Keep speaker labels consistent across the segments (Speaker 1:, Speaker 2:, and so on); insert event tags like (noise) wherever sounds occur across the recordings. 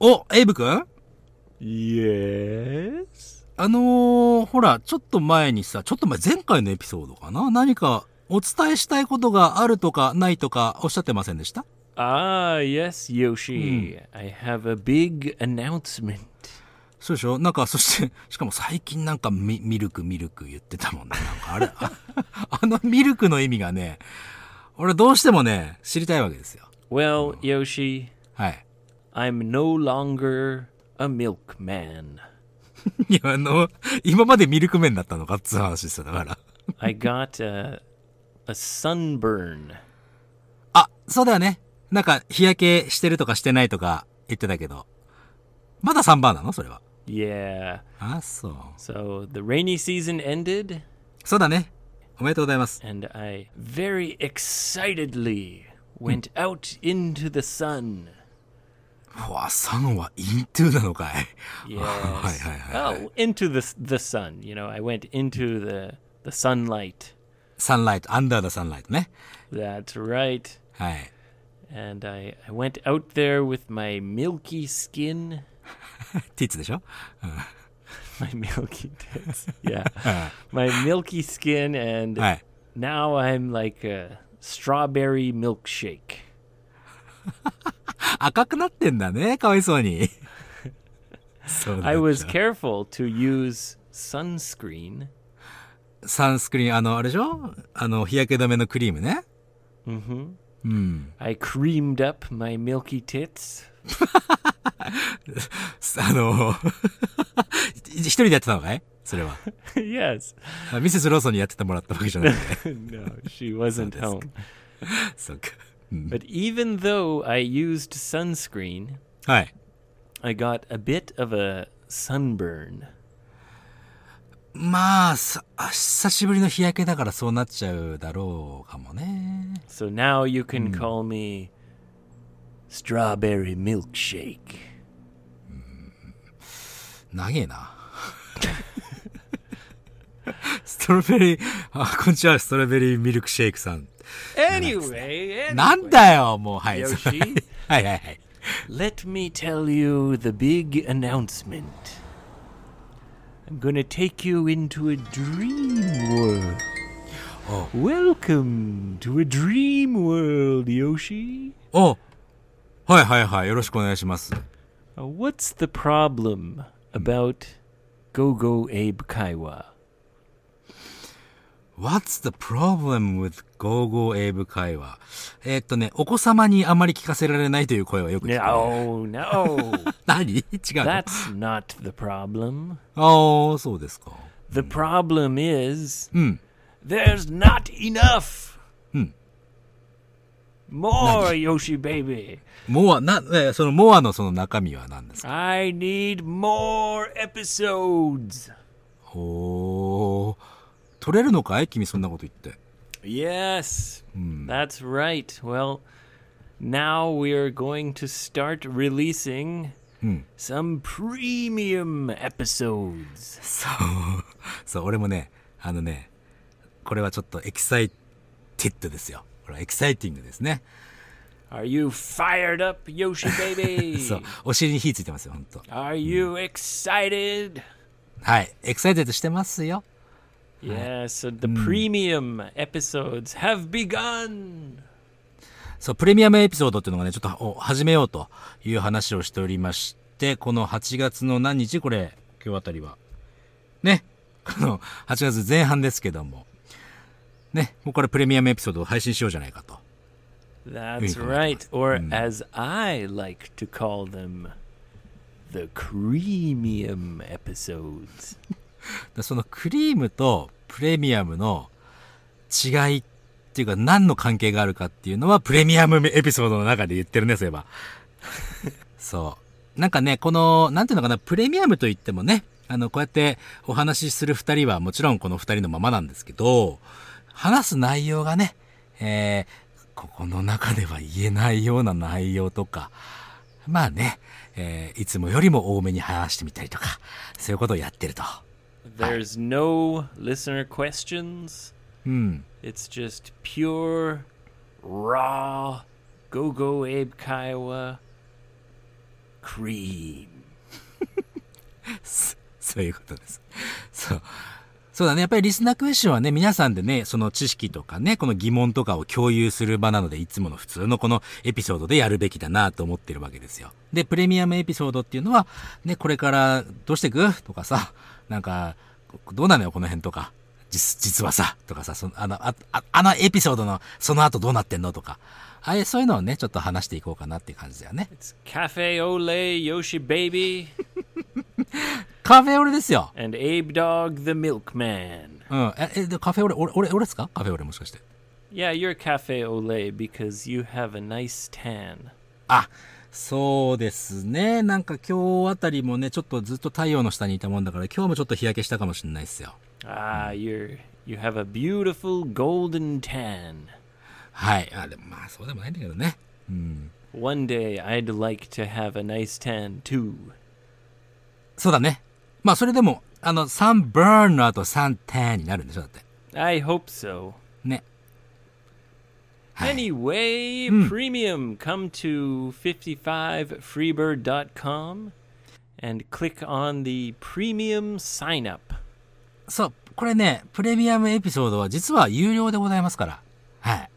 Speaker 1: お、エイブくん
Speaker 2: イエース
Speaker 1: あのー、ほら、ちょっと前にさ、ちょっと前、前回のエピソードかな何かお伝えしたいことがあるとかないとかおっしゃってませんでした
Speaker 2: Ah, yes, Yoshi. I have a big announcement.
Speaker 1: そうでしょなんか、そして、 (laughs) しかも最近なんかミミルク、ミルク言ってたもんね。なんかあれ、 (laughs) ああのミルクの意味がね、俺どうしてもね、知りたいわけですよ。
Speaker 2: Well, Yoshi,
Speaker 1: はい。
Speaker 2: I'm no longer a milkman.
Speaker 1: いや、あの、今までミルク麺だったのかっつう話ですよ、だから。
Speaker 2: I got a, a sunburn.
Speaker 1: あ、そうだよね。なんか、日焼けしてるとかしてないとか言ってたけど。まだ3番なのそれは。
Speaker 2: Yeah.
Speaker 1: あ、そう。
Speaker 2: So the rainy season ended,
Speaker 1: そうだね。おめでとうございます。
Speaker 2: and I very excitedly went out into the sun.
Speaker 1: うわ、3はイントゥなのかい。
Speaker 2: Yes.
Speaker 1: はいはいはいはい
Speaker 2: Oh, into the the sun. You know, I went into the the sunlight.
Speaker 1: サンライト、アンダーダサンライトね。
Speaker 2: That's right.
Speaker 1: はい。
Speaker 2: And I, I went out there with my milky skin, (laughs)
Speaker 1: ティッツでしょ
Speaker 2: my milky tits. Yeah, my milky skin, and
Speaker 1: はい。
Speaker 2: now I'm like a strawberry milkshake.
Speaker 1: 赤くなってんだね。かわいそうに。そうだ
Speaker 2: I was careful to use sunscreen.
Speaker 1: サンスクリーン、あの、あれでしょあの、日焼け止めのクリームね。
Speaker 2: I creamed up my milky tits. (laughs)
Speaker 1: あの、 (laughs) 一人でやってたのかいそれは。
Speaker 2: yes. (laughs)
Speaker 1: あミセスローソンにやっててもらったわけじゃなくて。
Speaker 2: no, she wasn't home.
Speaker 1: そうか。うん、
Speaker 2: But even though I used sunscreen,
Speaker 1: はい。
Speaker 2: I got a bit of a sunburn.
Speaker 1: まあ、さあ久しぶりの日焼けだからそうなっちゃうだろうかもね。
Speaker 2: So now you can call me Strawberry Milkshake.
Speaker 1: 長えな。ストロベリー、あ、こんにちは、ストロベリーミルクシェイクさん。
Speaker 2: Anyway,
Speaker 1: なんだよ、もう、はい。
Speaker 2: よし
Speaker 1: (laughs) はいはいはい。
Speaker 2: let me tell you the big announcement. I'm going to take you into a dream world.
Speaker 1: Oh.
Speaker 2: Welcome to a dream world, Yoshi.
Speaker 1: おはいはいはい、よろしくお願いします。
Speaker 2: Uh, what's the problem about Go Go Abe Kaiwa?
Speaker 1: What's the problem with GoGo 英語会話えーっとね、お子様にあまり聞かせられないという声はよく聞く、ね。
Speaker 2: No, no.
Speaker 1: 何違うの
Speaker 2: That's not the problem.
Speaker 1: ああ、そうですか。
Speaker 2: The problem is
Speaker 1: うん。
Speaker 2: there's not enough. More Yoshi baby.
Speaker 1: モア、な、えーそのモアのその中身は何ですか
Speaker 2: I need more episodes.
Speaker 1: ほー。取れるのかい君そんなこと言って。
Speaker 2: Yes. Hmm. That's right. Well, now we're going to start releasing some premium episodes.
Speaker 1: そう。そう、俺もね、あのね、これはちょっとエキサイティッドですよ。これはエキサイティングですね。
Speaker 2: Are you fired up, Yoshi baby?
Speaker 1: そう。お尻に火ついてますよ、ほんと。
Speaker 2: Are you excited?
Speaker 1: はい。エキサイテッドしてますよ。
Speaker 2: Yeah, so the premium episodes have begun.
Speaker 1: そう、プレミアムエピソードっていうのがね、ちょっとお始めようという話をしておりまして、この8月の何日これ、今日あたりは。ね。 (laughs) この8月前半ですけども。ね。もうこれプレミアムエピソードを配信しようじゃないかと。
Speaker 2: That's
Speaker 1: Incredible.
Speaker 2: right, or as I like to call them, the creamium episodes.
Speaker 1: でそのクリームとプレミアムの違いっていうか何の関係があるかっていうのはプレミアムエピソードの中で言ってるね、そういえば。そう。なんかね、この、なんていうのかな、プレミアムといってもね、あの、こうやってお話しする二人はもちろんこの二人のままなんですけど、話す内容がね、えー、ここの中では言えないような内容とか、まあね、えーいつもよりも多めに話してみたりとか、そういうことをやってると。
Speaker 2: There's no listener questions.
Speaker 1: うん。
Speaker 2: It's just pure, raw, go go Abe Kiowa cream.
Speaker 1: そそういうことです。そう。そうだね。やっぱりリスナークエスチョンはね、皆さんでね、その知識とかね、この疑問とかを共有する場なので、いつもの普通のこのエピソードでやるべきだなと思ってるわけですよ。で、プレミアムエピソードっていうのは、ね、これからどうしていくとかさ、なんか、どうなのよ、この辺とか。実実はさ、とかさ、そのあのあああのエピソードのその後どうなってんのとか。ああいうそういうのをね、ちょっと話していこうかなっていう感じだよね。
Speaker 2: It's Cafe Ole Yoshi Baby
Speaker 1: カフェオレですよ。
Speaker 2: and Abe Dog the Milkman.
Speaker 1: うん。え、えでカフェオレ、俺、俺、俺ですかカフェオレもしかして。
Speaker 2: Yeah, you're Cafe Ole because you have a nice tan.
Speaker 1: あ、そうですね。なんか今日あたりもね、ちょっとずっと太陽の下にいたもんだから、今日もちょっと日焼けしたかもしれないですよ。
Speaker 2: Ah, you're you have a beautiful golden tan.
Speaker 1: はい。あ、でもまあそうでもないんだけどね。うん。
Speaker 2: One day I'd like to have a nice tan too.
Speaker 1: そうだね。まあそれでも、あの、サンバーンの後サンテンになるんでしょだって。
Speaker 2: I hope so.
Speaker 1: ね。はい
Speaker 2: Anyway, premium, come to 55freebird.com and click on the premium sign up.
Speaker 1: そう。これね、プレミアムエピソードは実は有料でございますから。はい。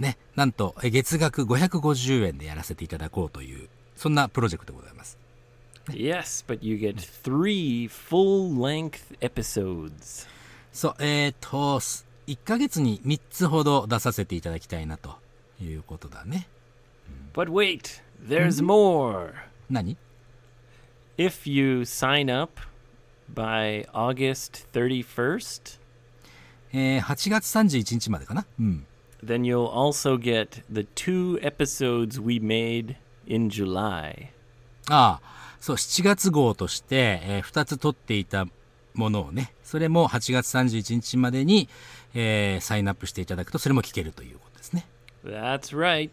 Speaker 1: ね。なんと、え月額550円でやらせていただこうという、そんなプロジェクトでございます。
Speaker 2: Yes, but you get three full length episodes.
Speaker 1: そう、えーと、す1ヶ月に3つほど出させていただきたいなということだね。
Speaker 2: But wait, there's more.
Speaker 1: 何
Speaker 2: If you sign up by August 31st,
Speaker 1: えー、8月31日までかなうん。
Speaker 2: then you'll also get the two episodes we made in July.
Speaker 1: ああ、そう、7月号として、え2つ取っていたものをね、それも8月31日までに、えーサインアップしていただくと、それも聞けるということですね。
Speaker 2: That's right.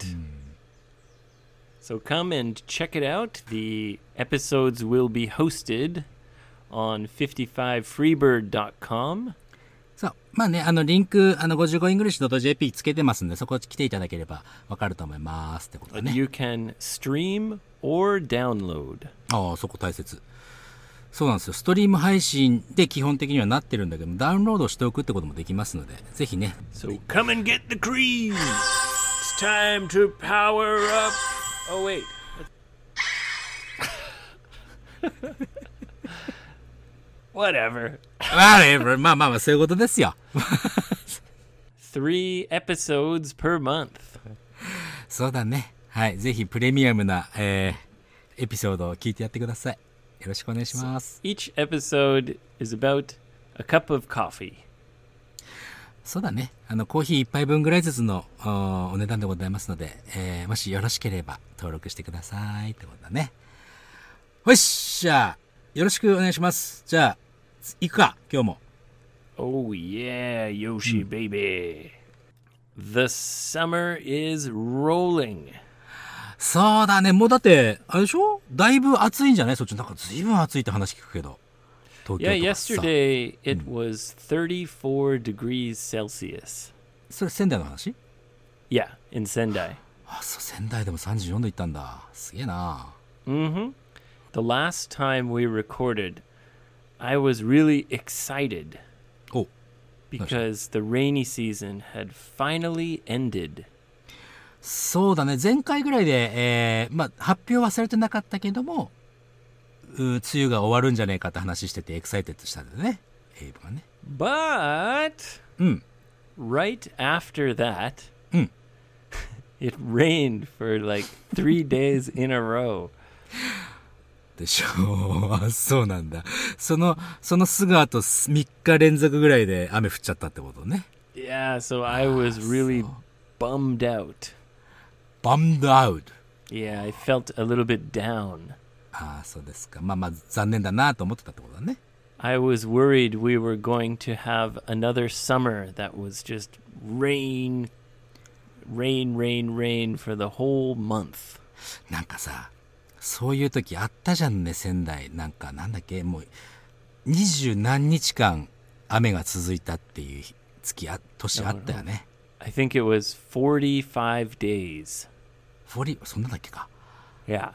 Speaker 2: So come and check it out. The episodes will be hosted on 55freebird.com.
Speaker 1: そう。まあね、あの、リンク、あの、55english.jp つけてますんで、そこ来ていただければわかると思いますってことだね。
Speaker 2: You can stream or download.
Speaker 1: ああ、そこ大切。そうなんですよ。ストリーム配信で基本的にはなってるんだけど、ダウンロードしておくってこともできますので、ぜひね。 (laughs)
Speaker 2: So come and get the cream. It's time to power up. Oh wait. (laughs) Whatever.
Speaker 1: あれ、まあまあまあ、そういうことですよ。
Speaker 2: Three episodes per month.
Speaker 1: そうだね。はい。ぜひ、プレミアムな、えーエピソードを聞いてやってください。よろしくお願いします。
Speaker 2: Each episode is about a cup of coffee.
Speaker 1: そうだね。あの、コーヒー一杯分ぐらいずつのおお値段でございますので、えーもしよろしければ登録してくださいってことだね。よっしゃよろしくお願いします。じゃあ、行くか、今日も。
Speaker 2: Oh, yeah, Yoshi baby. The summer is rolling.
Speaker 1: そうだね。もうだって、あれでしょだいぶ暑いんじゃないそっち。なんか随分暑いって話聞くけど。東京とか
Speaker 2: Yeah,
Speaker 1: さ
Speaker 2: yesterday it was 34 degrees Celsius.
Speaker 1: それ仙台の話
Speaker 2: Yeah, in Sendai.
Speaker 1: あ、そう、仙台でも34度いったんだ。すげえな。
Speaker 2: The last time we recorded, I was really excited
Speaker 1: お、
Speaker 2: because the rainy season had finally ended.
Speaker 1: そうだね。前回ぐらいで、えー、まあ、発表はされてなかったけども、うー梅雨が終わるんじゃねえかって話してて、エクサイテッドしたんだよね。エイブがね。
Speaker 2: But
Speaker 1: うん。
Speaker 2: right after that,
Speaker 1: Mm.
Speaker 2: (laughs) it rained for like three days in a row.
Speaker 1: でしょあそう (laughs) なんだ。その、そのすぐ後、3日連続ぐらいで雨降っちゃったってことね。
Speaker 2: Yeah, so I was
Speaker 1: Ah,
Speaker 2: really bummed out.
Speaker 1: バンドアウト。
Speaker 2: Yeah, I felt a little bit down.
Speaker 1: ああ、そうですか。まあまあ、残念だなと思ってたってことだね。
Speaker 2: I was worried we were going to have another summer that was just rain, rain, rain, rain for the whole month.
Speaker 1: なんかさ、そういう時あったじゃんね、仙台。なんか、なんだっけ、もう、二十何日間雨が続いたっていう月あ、年あったよね。
Speaker 2: I think it was 45 days.
Speaker 1: フォリ、そんなんだっけか。
Speaker 2: Yeah.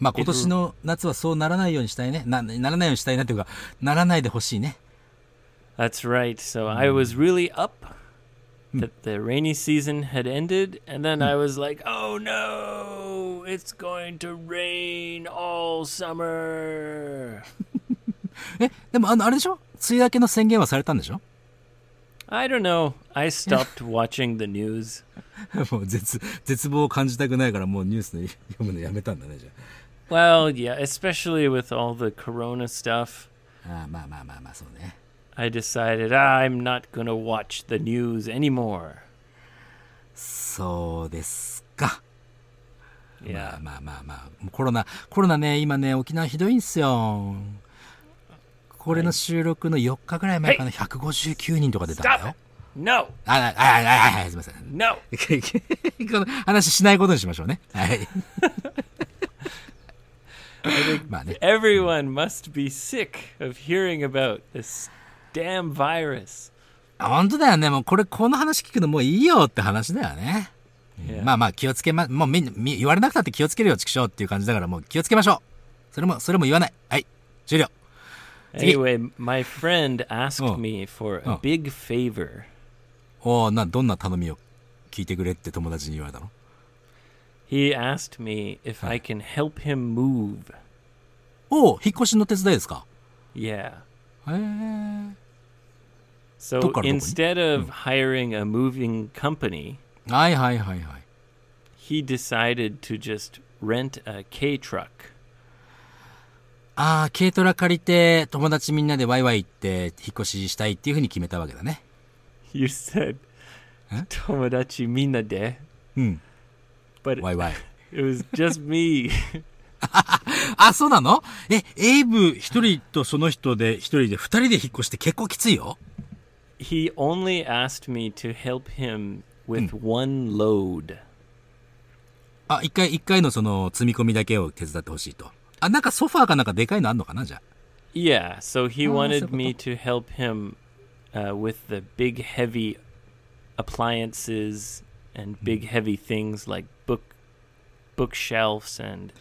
Speaker 1: まあ今年の夏はそうならないようにしたいね。な、ならないようにしたいなというか、ならないでほしいね。
Speaker 2: That's right. So I was really up that the rainy season had ended, and then I was like, oh no, it's going to rain all summer.
Speaker 1: え、でもあの、あれでしょ梅雨明けの宣言はされたんでしょ (laughs)
Speaker 2: I don't know. I stopped watching the news.
Speaker 1: もう絶、絶望を感じたくないからもうニュースの読むのやめたんだね、じゃ
Speaker 2: Well, yeah, especially with all the corona stuff.
Speaker 1: あ。ああまあまあまあまあ、そうね。
Speaker 2: I decided "Ah, I'm not going to watch the news anymore.
Speaker 1: そうですか。ま
Speaker 2: Yeah.
Speaker 1: あまあまあまあ、コロナ、コロナね、今ね、沖縄ひどいんすよ。これの収録の4日ぐらい前かな、159人とか出たんだよ
Speaker 2: Stop it.。No,
Speaker 1: あ、あ、あ、あ、あ、あすいません。 (laughs)
Speaker 2: no.
Speaker 1: この話しないことにしましょうね。はい。まあね。
Speaker 2: Everyone must be sick of hearing about this damn virus.
Speaker 1: 本当だよね。もうこれ、この話聞くのもういいよって話だよね。
Speaker 2: Yeah.
Speaker 1: まあまあ気をつけま、もうみんな、み言われなくたって気をつけるよ、畜生っていう感じだからもう気をつけましょう。それも、それも言わない。はい。終了。
Speaker 2: Anyway, my friend asked
Speaker 1: Oh.
Speaker 2: me for a
Speaker 1: Oh.
Speaker 2: big favor.
Speaker 1: おおな、どんな頼みを聞いてくれって友達に言われたの
Speaker 2: He asked me if I can help him move.
Speaker 1: おお引っ越しの手伝いですか
Speaker 2: Yeah.
Speaker 1: へえ。どっから
Speaker 2: So
Speaker 1: どこに？
Speaker 2: instead of hiring a moving company,
Speaker 1: はいはいはいはい。
Speaker 2: he decided to just rent a K truck.
Speaker 1: ああ、軽トラ借りて、友達みんなでワイワイ行って、引っ越ししたいっていうふうに決めたわけだね。
Speaker 2: (laughs) You said Tomodachi Mina de,
Speaker 1: うん。
Speaker 2: but
Speaker 1: ワイワイ。
Speaker 2: it was just me.
Speaker 1: (laughs) あ、そうなのえ、エイブ一人とその人で一人で二人で引っ越しって結構きついよ。
Speaker 2: he only asked me to help him with
Speaker 1: Hmm.
Speaker 2: one load.
Speaker 1: あ、一回、一回のその積み込みだけを手伝ってほしいと。あ、なんかソファーかなんかでかいのあんのかなじゃ
Speaker 2: Yeah, so he
Speaker 1: Ah,
Speaker 2: wanted
Speaker 1: so-
Speaker 2: me to help him uh, with the big heavy appliances and
Speaker 1: Hmm.
Speaker 2: big heavy things like book bookshelves and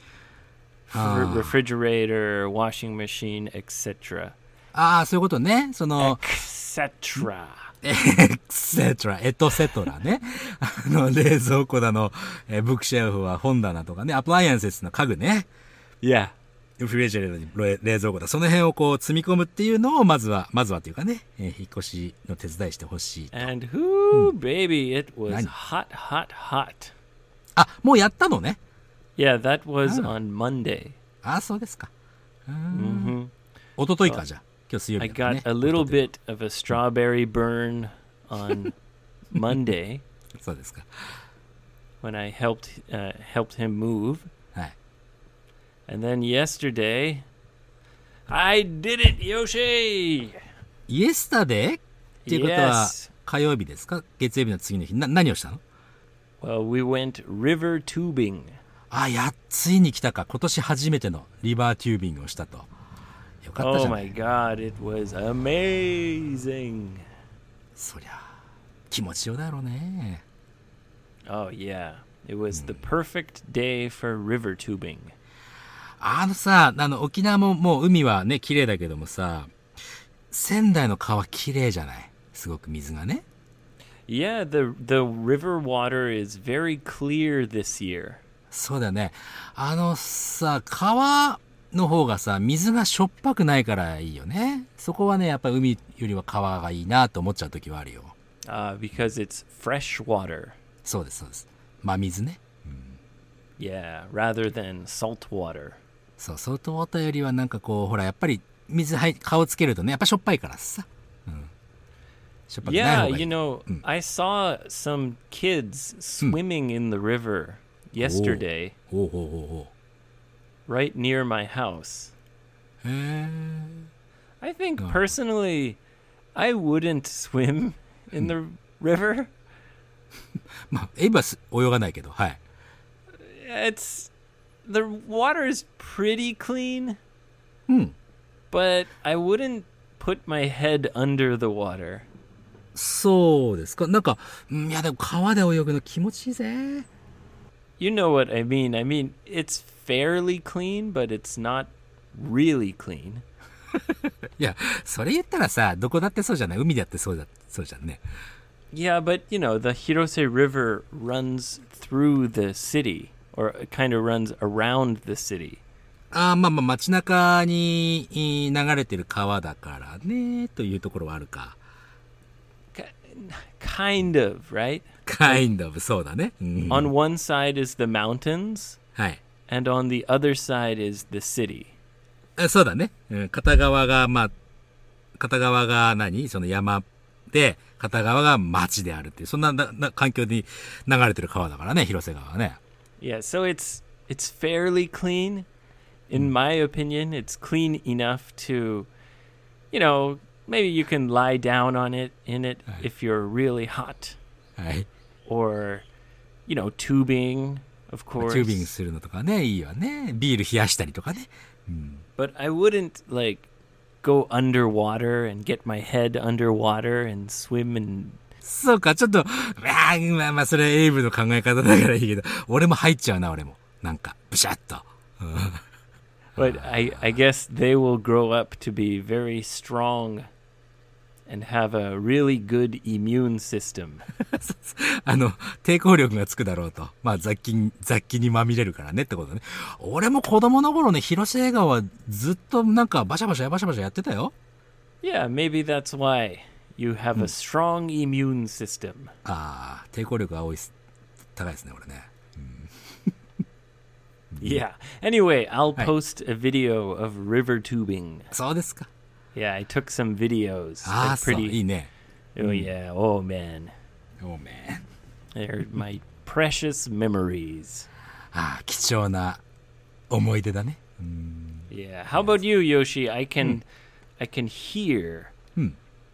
Speaker 2: fr-
Speaker 1: Ah.
Speaker 2: refrigerator, washing machine, etc.
Speaker 1: あ。ああ、そういうことね。その、
Speaker 2: etc.
Speaker 1: エクセトラ、エトセトラね。あの、冷蔵庫だの、えーブックシェルフは本棚とかね、アプライアンセスの家具ね。
Speaker 2: Yeah.
Speaker 1: フリレジェルに冷冷蔵庫だ。その辺をこう積み込むっていうのを、まずは、まずはというかね、えー引っ越しの手伝いしてほしい。
Speaker 2: And whoo, baby, it was
Speaker 1: Nine.
Speaker 2: hot, hot, hot.
Speaker 1: あ、もうやったのね。
Speaker 2: Yeah, that was on Monday.
Speaker 1: あ、そうですか。うん。一昨日か、じゃあ。今日水曜
Speaker 2: I
Speaker 1: 日だからね
Speaker 2: got a little bit of a strawberry burn on Monday
Speaker 1: そうですか。
Speaker 2: when I helped uh, helped him move,
Speaker 1: はい。
Speaker 2: and then yesterday, I did it, Yoshi.
Speaker 1: イエスタデーっていうことは
Speaker 2: Yes.、
Speaker 1: 火曜日ですか月曜日の次の日。な、何をしたの
Speaker 2: Well, we went river tubing.
Speaker 1: あ、やっ、ついに来たか。今年初めてのリバーテュービングをしたと。よかったじ
Speaker 2: Oh
Speaker 1: ゃない。
Speaker 2: my God, it was amazing.
Speaker 1: そりゃ、気持ちよだろうね。
Speaker 2: Oh yeah, it was the perfect day for river tubing.
Speaker 1: あのさ、あの、沖縄ももう海はね、綺麗だけどもさ、仙台の川綺麗じゃないすごく水がね。
Speaker 2: Yeah, the the river water is very clear this year.
Speaker 1: そうだよね。あのさ、川の方がさ、水がしょっぱくないからいいよね。そこはね、やっぱり海よりは川がいいなと思っちゃう時はあるよ。
Speaker 2: uh, because it's fresh water.
Speaker 1: そうです、そうです。真水ね。
Speaker 2: Yeah, rather than salt water.
Speaker 1: そう、相当お便りはなんかこう、ほら、やっぱり水はい、顔つけるとね、やっぱしょっぱいからさ。うん。しょっぱくない
Speaker 2: Yeah,
Speaker 1: 方がい
Speaker 2: you
Speaker 1: い。
Speaker 2: know, I saw some kids swimming in the river yesterday,
Speaker 1: おうおうおうおう
Speaker 2: right near my house.
Speaker 1: へえ。
Speaker 2: I think personally, I wouldn't (laughs) swim in the river.
Speaker 1: まあ、エイブはす泳がないけど、はい。
Speaker 2: It's the water is pretty clean, but I wouldn't put my head under the water.
Speaker 1: そうですか。なんか、うんいやでも川で泳ぐの気持ちいいぜ。
Speaker 2: You know what I mean. I mean, it's fairly clean, but it's not really clean.
Speaker 1: いや、それ言ったらさ、どこだってそうじゃない海だってそうだ、そうじゃんね。
Speaker 2: Yeah, but you know, the Hirose River runs through the city, or kind of runs around the city.
Speaker 1: ああ、まあまあ街中にい流れてる川だからね、というところはあるか。
Speaker 2: K- Kind of, right?
Speaker 1: kind of, そうだね。うん、
Speaker 2: On one side is the mountains,
Speaker 1: はい。
Speaker 2: and on the other side is the city.
Speaker 1: あそうだね。うん、片側が、まあ、片側が何その山で、片側が町であるっていう、そんななな環境に流れてる川だからね、広瀬川はね。
Speaker 2: Yeah, so it's it's fairly clean. In my opinion, it's clean enough to you know, maybe you can lie down on it in it if you're really hot
Speaker 1: はい。
Speaker 2: or you know, tubing, of
Speaker 1: チ
Speaker 2: course.
Speaker 1: ュービングするのとかね、いいわね。ビール冷やしたりとかね。
Speaker 2: But I wouldn't like go underwater and get my head underwater and swim and
Speaker 1: そうか、ちょっと、うわーまあまあ、それエイブの考え方だからいいけど、俺も入っちゃうな、俺も。なんか、ブシャッと。
Speaker 2: but I I guess they will grow up to be very strong and have a really good immune system.
Speaker 1: あの、抵抗力がつくだろうと。まあ、雑菌、雑菌にまみれるからねってことね。俺も子供の頃ね、広瀬映画はずっとなんかバシャバシャバシャバシャやってたよ。
Speaker 2: Yeah, maybe that's why you have a strong immune system.
Speaker 1: ああ、抵抗力が多いっす、高いですね、俺ね。
Speaker 2: Yeah. Anyway, I'll
Speaker 1: Hi.
Speaker 2: post a video of river tubing.
Speaker 1: そうですか。
Speaker 2: Yeah, I took some videos.
Speaker 1: ああ、
Speaker 2: They're
Speaker 1: そう、い
Speaker 2: pretty.
Speaker 1: いね。
Speaker 2: Oh yeah. Oh man,
Speaker 1: おめえ。
Speaker 2: they're my precious memories.
Speaker 1: ああ、貴重な思い出だね。
Speaker 2: Yeah. How about you, Yoshi? I can, I can hear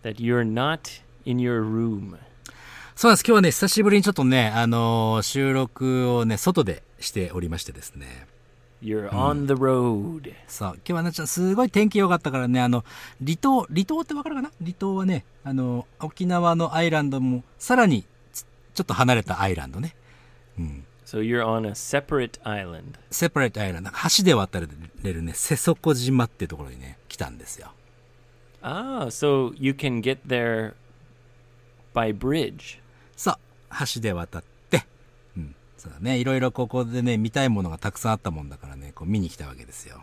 Speaker 2: that you're not in your room.
Speaker 1: そうなんです。今日はね、久しぶりにちょっとね、あのー収録をね、外でしておりましてですね。
Speaker 2: You're on the road.
Speaker 1: そう、今日はね、ちょっとすごい天気良かったからね、あの、離島、離島ってわかるかな離島はね、あの、沖縄のアイランドも、さらにつ、ちょっと離れたアイランドね。
Speaker 2: So you're on a separate island.
Speaker 1: セパレートアイランド、橋で渡れるね、瀬底島ってところにね、来たんですよ。
Speaker 2: Ah, so you can get there by bridge.
Speaker 1: そう、橋で渡って、うん、そうだね、いろいろここでね、見たいものがたくさんあったもんだからね、こう見に来たわけですよ。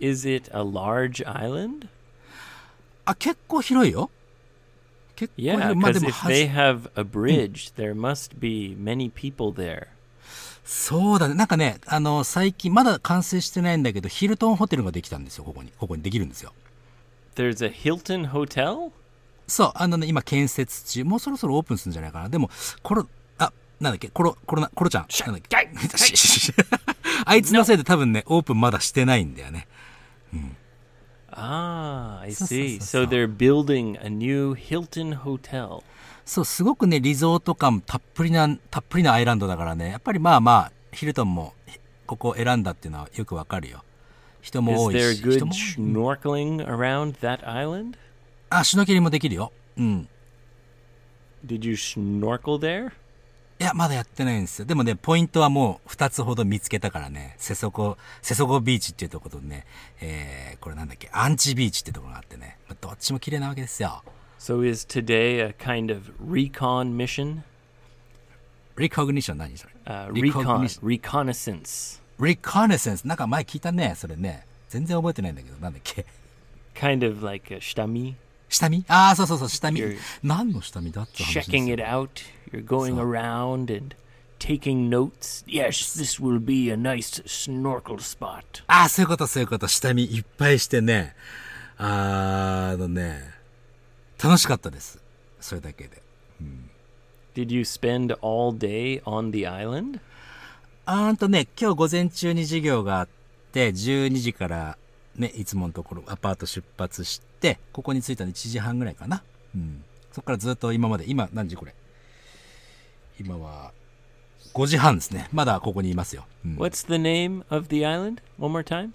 Speaker 2: Is it a large island?
Speaker 1: あ、結構広いよ。結構広
Speaker 2: Yeah,
Speaker 1: い。まあで
Speaker 2: because
Speaker 1: も、
Speaker 2: if
Speaker 1: 橋
Speaker 2: they have a bridge, there must be many people there.
Speaker 1: そうだね。なんかね、あの、最近、まだ完成してないんだけど、ヒルトンホテルができたんですよ、ここに。ここにできるんですよ。
Speaker 2: There's a Hilton Hotel?
Speaker 1: そう、あのね、今建設中。もうそろそろオープンするんじゃないかな。でも、コロ、あ、なんだっけ、コロ、コロナ、コロちゃん。なんだっけ。 (laughs) しししあいつのせいで多分ね、オープンまだしてないんだよね。
Speaker 2: Ah, I
Speaker 1: So- so-
Speaker 2: see.
Speaker 1: so- so.
Speaker 2: So they're building a new Hilton Hotel.
Speaker 1: そう、すごくね、リゾート感たっぷりな、たっぷりなアイランドだからね、やっぱりまあまあ、ヒルトンも、ひここを選んだっていうのはよくわかるよ。人も多
Speaker 2: Is
Speaker 1: い
Speaker 2: there
Speaker 1: し、人
Speaker 2: good
Speaker 1: も多いし
Speaker 2: snorkeling around that island?
Speaker 1: あ、シュノーケリングもできるよ。うん。
Speaker 2: Did you snorkel there?
Speaker 1: いや、まだやってないんですよ。でもね、ポイントはもう2つほど見つけたからね、瀬底、瀬底ビーチっていうところとね、えー、これなんだっけ、アンチビーチってところがあってね、まあ、どっちも綺麗なわけですよ。
Speaker 2: So is today a kind of recon mission?
Speaker 1: リコグニション何それ
Speaker 2: Uh, recon,
Speaker 1: Recognition
Speaker 2: reconnaissance.
Speaker 1: リコネセンスなんか前聞いたね、それね。全然覚えてないんだけど、なんだっけ。
Speaker 2: Kind of like a shtami.
Speaker 1: 下見ああ、そうそうそう、下見
Speaker 2: You're。
Speaker 1: 何の下見だって話ですよ
Speaker 2: checking it out. You're going around and taking notes. Yes, this will be a nice snorkel spot.
Speaker 1: ああ、そういうこと、そういうこと。下見いっぱいしてね。あーあのね、楽しかったです。それだけで。
Speaker 2: Did you spend all day on the island?
Speaker 1: あーんとね、今日午前中に授業があって、12時からね、いつものところ、アパート出発して、ここに着いたの1時半ぐらいかな。うん。そっからずっと今まで、今、何時これ今は、5時半ですね。まだここにいますよ。うん、
Speaker 2: What's the name of the island? One more time.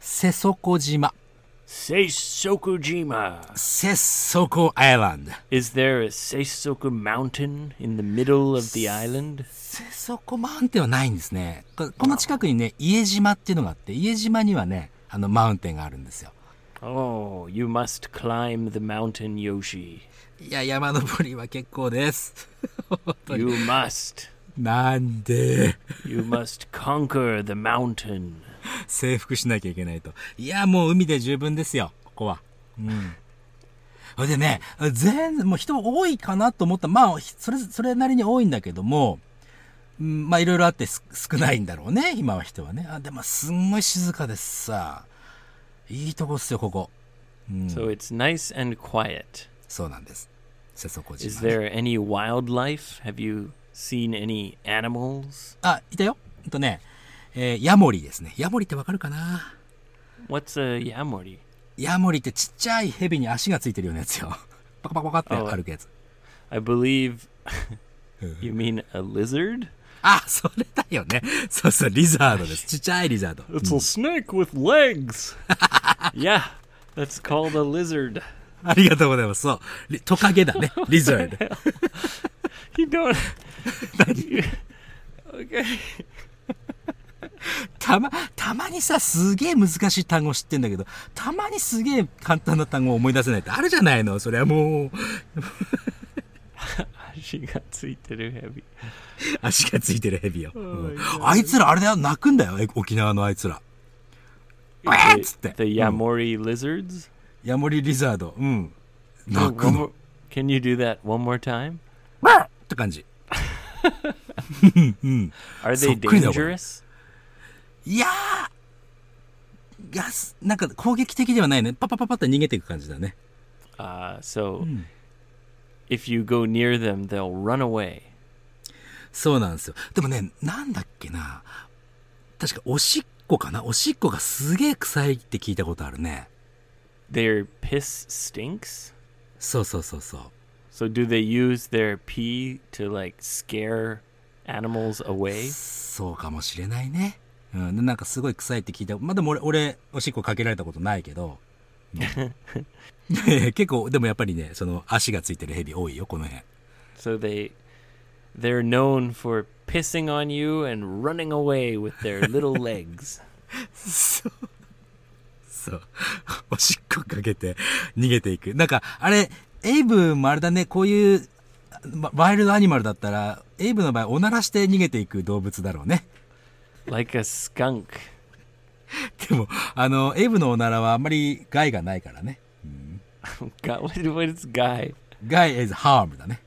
Speaker 1: 瀬底島。
Speaker 2: Seisokujima.
Speaker 1: 節足アイランド。
Speaker 2: Is there a Seisoku mountain in the middle of the island?
Speaker 1: 節足マウンテンはないんですね。ここの近くにね、家島っていうのがあって、家島にはね、あの、マウンテンがあるんですよ。
Speaker 2: Oh, you must climb the mountain, Yoshi.
Speaker 1: いや、山登りは結構です。本当に
Speaker 2: You must.
Speaker 1: なんで
Speaker 2: You must conquer the mountain.
Speaker 1: 征服しなきゃいけないと。いや、もう海で十分ですよ、ここは。うん。それでね、全然、もう人多いかなと思った。まあ、ひそれ、それなりに多いんだけども、うん、まあ、いろいろあってす少ないんだろうね、今は人はね。あでも、すんごい静かですさ。いいとこっすよ、ここ。
Speaker 2: So it's nice and quiet.
Speaker 1: そうなんです。瀬底島、ね。
Speaker 2: Is there any wildlife? Have you seen any animals?
Speaker 1: あ、いたよ。ほんとね、えーヤモリですね。ヤモリってわかるかな
Speaker 2: What's a yamori?
Speaker 1: ヤモリってちっちゃい蛇に足がついてるようなやつよ。パカパカパカって歩くやつ。
Speaker 2: I believe you mean a lizard?
Speaker 1: あ、それだよね。そうそう、リザードです。ちっちゃいリザード。
Speaker 2: It's a snake with legs. (laughs) yeah, that's called a lizard.
Speaker 1: ありがとうございます。そう。リトカゲだね。リザード。
Speaker 2: You don't. (laughs) You- okay. (laughs)
Speaker 1: たま、たまにさ、すげえ難しい単語知ってんだけど、たまにすげえ簡単な単語を思い出せないってあるじゃないの。それはもう、
Speaker 2: She got sweet to do heavy.
Speaker 1: 足がついてる蛇よ。うんあいつら、あれだよ、泣くんだよ。え沖縄のあいつら。うえっつっ
Speaker 2: The,
Speaker 1: て。
Speaker 2: the yamori lizards.
Speaker 1: ヤモリリザード。うん。
Speaker 2: Oh,
Speaker 1: 泣く
Speaker 2: one
Speaker 1: の。
Speaker 2: more- Can you do that one more time?
Speaker 1: って感 (laughs) じ。
Speaker 2: Are
Speaker 1: So
Speaker 2: they
Speaker 1: cool that one.
Speaker 2: dangerous?
Speaker 1: いやーガス、なんか攻撃的ではないね。パパパパって逃げていく感じだね。
Speaker 2: Uh, so if you go near them, they'll run away.
Speaker 1: そうなんですよ。でもね、なんだっけな。確かおしっこかなおしっこがすげえ臭いって聞いたことあるね。
Speaker 2: Their piss stinks.
Speaker 1: そうそうそうそう。
Speaker 2: So do they use their pee to like scare animals away?
Speaker 1: そうかもしれないね。うん。でなんかすごい臭いって聞いた。まあ、でも俺、俺、おしっこかけられたことないけど。うんいやいや結構、でもやっぱりね、その足がついてるヘビ多いよ、この辺。
Speaker 2: So they they're known for pissing on you and running away with their little legs.
Speaker 1: そう。 (laughs) そう。 (laughs) おしっこかけて逃げていく。なんか、あれ、エイブもあれだね、こういう、まワイルドアニマルだったら、エイブの場合、おならして逃げていく動物だろうね。 (laughs)
Speaker 2: Like a skunk. (laughs)
Speaker 1: でも、あの、エイブのおならはあんまり害がないからね。
Speaker 2: God, what, what is guy?
Speaker 1: 害 is harm だね。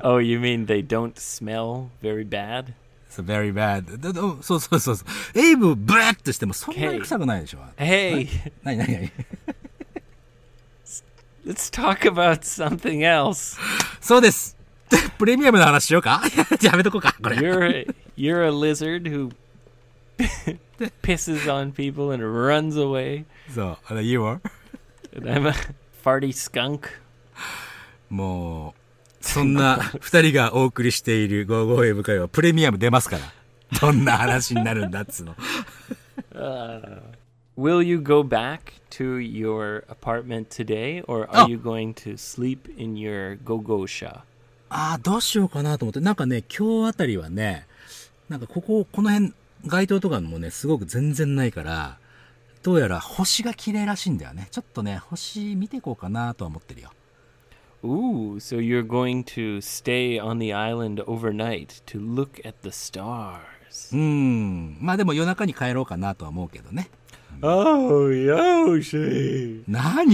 Speaker 2: Oh, you mean they don't smell very bad?
Speaker 1: It's very bad. だだそうそうそうそう。エイブ、ブーっとしてもそんなに
Speaker 2: Okay.
Speaker 1: 臭くないでしょ。
Speaker 2: Hey,
Speaker 1: なになになに
Speaker 2: let's talk about something else.
Speaker 1: そうです。 (laughs) でプレミアムの話しようか (laughs) やめとこうか、これ。
Speaker 2: You're a, you're a lizard who (laughs) pisses on people and runs away,
Speaker 1: そう。あの、you are?
Speaker 2: and I'm a farty skunk.
Speaker 1: もう、そん (laughs) な二人がお送りしている 55A 部会はプレミアム出ますから。どんな話になるんだっつうの。
Speaker 2: Will you go back to your apartment today, or are
Speaker 1: Oh.
Speaker 2: you going to sleep in your gogosha?
Speaker 1: ああ、どうしようかなと思って。なんかね、今日あたりはね、なんかここ、この辺、街灯とかもね、すごく全然ないから、どうやら星が綺麗らしいんだよね。ちょっとね、星見ていこうかなとは思ってるよ。
Speaker 2: Ooh, so you're going to stay on the island overnight to look at the stars.
Speaker 1: うーん。まあでも夜中に帰ろうかなとは思うけどね。
Speaker 2: Oh, Yoshi,
Speaker 1: 何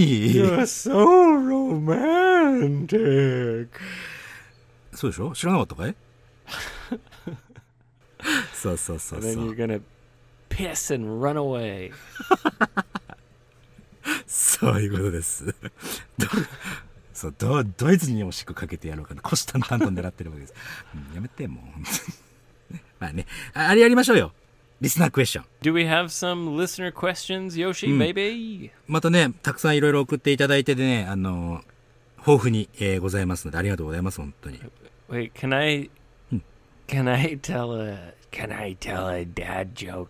Speaker 2: so romantic.
Speaker 1: そうでしょ知らなかったかい (laughs) そうそうそ
Speaker 2: And
Speaker 1: うそ
Speaker 2: then
Speaker 1: う
Speaker 2: you're。gonna piss and run away.
Speaker 1: そういうことです。 (laughs) どそうドドイツにおしっこかけてやろうかな。腰たんたんと狙ってるわけです。うんやめて、もう。本当にまあねあ、あれやりましょうよ。リスナークエスチョン。
Speaker 2: Do we have some listener questions, Yoshi, baby?
Speaker 1: またね、たくさんいろいろ送っていただいてでね、あの、豊富に、えーございますので、ありがとうございます、本当に。
Speaker 2: Wait, can I can I tell a can I tell a dad joke?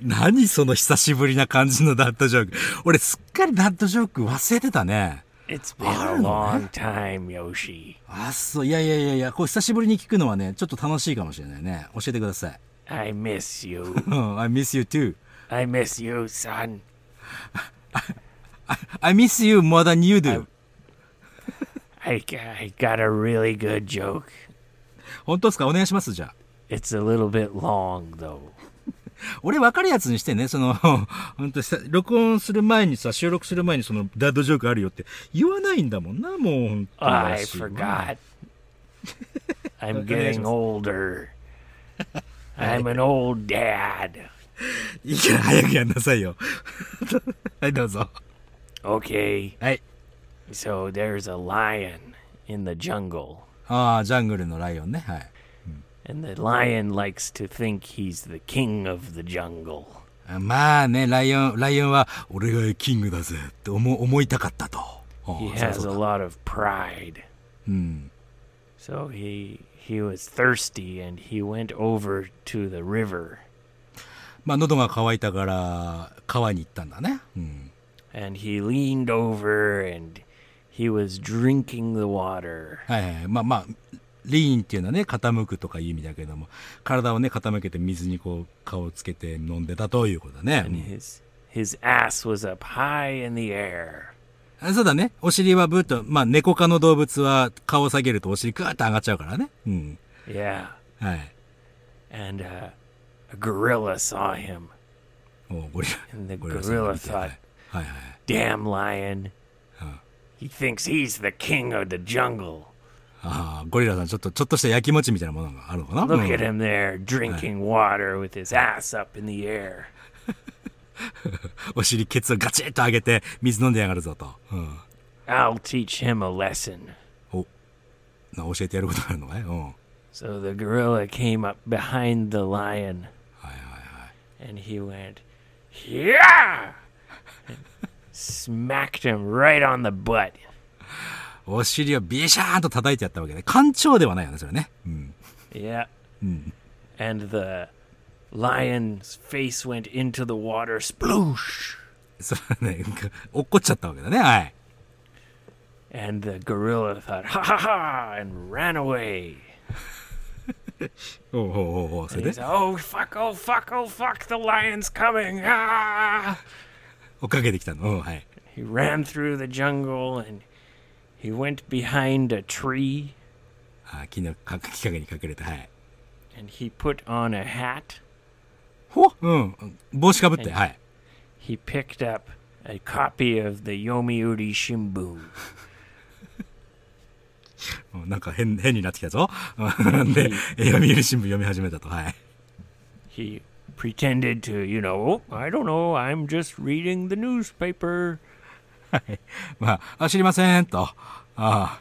Speaker 1: 何その久しぶりな感じのダッドジョーク。俺すっかりダッドジョーク忘れてたね。
Speaker 2: It's been a long time, Yoshi.
Speaker 1: あ、そう。いやいやいやいや、こう久しぶりに聞くのはね、ちょっと楽しいかもしれないね。教えてください。
Speaker 2: I miss
Speaker 1: (laughs)
Speaker 2: you.
Speaker 1: うん、I miss you too.
Speaker 2: I miss you, son.
Speaker 1: I miss you more than you do.
Speaker 2: I, g- I got a really good joke.
Speaker 1: 本当ですかお願いします、じゃあ。
Speaker 2: It's a little bit long, though.
Speaker 1: 俺分かるやつにしてね、その、 (laughs) 本当さ、録音する前にさ、収録する前にその、ダッドジョークあるよって言わないんだもんな、もう本当。
Speaker 2: Ah, I forgot. I'm getting older. I'm an old dad.
Speaker 1: いいから早くやんなさいよ。 (laughs) はい、どうぞ。
Speaker 2: Okay,
Speaker 1: はい。
Speaker 2: so there's a lion in the jungle,
Speaker 1: ああ、ジャングルのライオンね。はい。
Speaker 2: and the lion likes to think he's the king of the jungle.
Speaker 1: あまあね、ライオン、ライオンは、俺がキングだぜって思思いたかったと。ああ
Speaker 2: He
Speaker 1: そう
Speaker 2: has
Speaker 1: そう
Speaker 2: a lot of pride.
Speaker 1: うん。
Speaker 2: So he he was thirsty and he went over to the river
Speaker 1: まあ、喉が渇いたから、川に行ったんだね。うん。
Speaker 2: and he leaned over and he was drinking the water.
Speaker 1: はいはいはい。まあまあ、リーンっていうのはね、傾くとかいう意味だけども、体をね、傾けて水にこう、顔をつけて飲んでたということだね。う
Speaker 2: and
Speaker 1: ん
Speaker 2: his his ass was up high in the air.
Speaker 1: あそうだね。お尻はブーッと、まあ、猫科の動物は顔を下げるとお尻グーッと上がっちゃうからね。うん。
Speaker 2: Yeah,
Speaker 1: はい。
Speaker 2: and uh, a gorilla saw him,
Speaker 1: おゴリラ。
Speaker 2: and the
Speaker 1: ゴリラさんが
Speaker 2: gorilla
Speaker 1: 見てはい
Speaker 2: thought,
Speaker 1: はいはい。
Speaker 2: "Damn lion, he thinks he's the king of the jungle.
Speaker 1: ああ、ゴリラさん、ちょっと、ちょっとした焼き餅みたいなものがあるのかな
Speaker 2: Look
Speaker 1: うん
Speaker 2: at him there drinking water with his ass up in the air."
Speaker 1: お尻ケツをガチッと上げて水飲んでやがるぞと。うん。
Speaker 2: I'll teach him a lesson.
Speaker 1: お、な教えてやることがあるのかいうん。はい
Speaker 2: So the gorilla came up behind the lion
Speaker 1: はいはい。
Speaker 2: and he went, Yeah! and smacked him right on the butt.
Speaker 1: お尻をビシャーンと叩いてやったわけね。艦長ではないよね、それね。うん。
Speaker 2: Yeah. And the lion's face went into the water, sploosh!
Speaker 1: それね、落っこっちゃったわけだね、はい。
Speaker 2: And the gorilla thought, ha ha ha, and ran away.
Speaker 1: おうおうおうおうそ
Speaker 2: And
Speaker 1: れ
Speaker 2: he
Speaker 1: で
Speaker 2: said, oh, fuck, oh, fuck, oh, fuck, the lion's coming. Ah!
Speaker 1: 追っかけてきたの。うん、はい。
Speaker 2: He ran through the jungle and he went behind a tree
Speaker 1: あー木のか木陰に隠れて、はい。
Speaker 2: and he put on a hat.
Speaker 1: ほうん。帽子かぶって、はい。
Speaker 2: He picked up a copy of the Yomiuri Shimbun.
Speaker 1: うんなんか変、変になってきたぞ。うんで、読売新聞読み始めたと、はい。
Speaker 2: He pretended to, you know, oh, I don't know, I'm just reading the newspaper.
Speaker 1: まあ、あ知りません、と。ああ。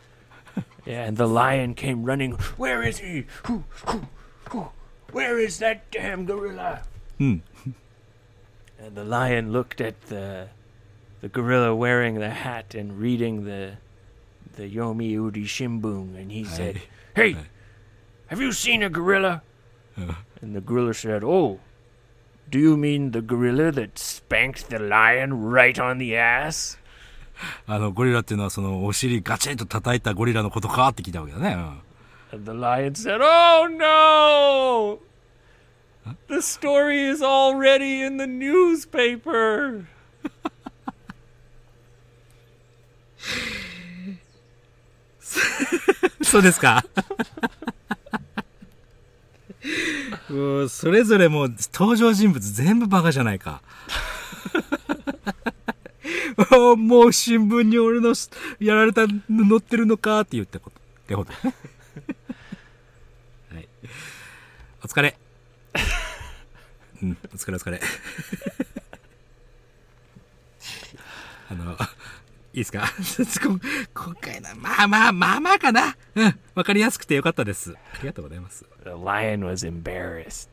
Speaker 2: And the lion came running. Where is he? Who, who, who? Where is that damn gorilla? (laughs) and the lion looked at the the gorilla wearing the hat and reading the the Yomiuri Shimbun, and he said, "Hey, have you seen a gorilla?" and the gorilla said, "Oh." Do you mean the gorilla that spanked the lion right on the ass?
Speaker 1: あの、ゴリラっていうのは、その、お尻ガチンと叩いたゴリラのことかって聞いたわけだね。うん、
Speaker 2: And the lion said, Oh no! The story is already in the newspaper.
Speaker 1: (laughs) そうですかうんそれぞれもう登場人物全部バカじゃないか。 (laughs) あもう新聞に俺のしやられたの載ってるのかって言ったこと。ってこと。はい。お疲れ。うん、お疲れお疲れ。あの、いいですか (laughs) こ今回の、まあまあ、まあまあかな。うん、わかりやすくてよかったです。ありがとうございます。
Speaker 2: The lion was embarrassed.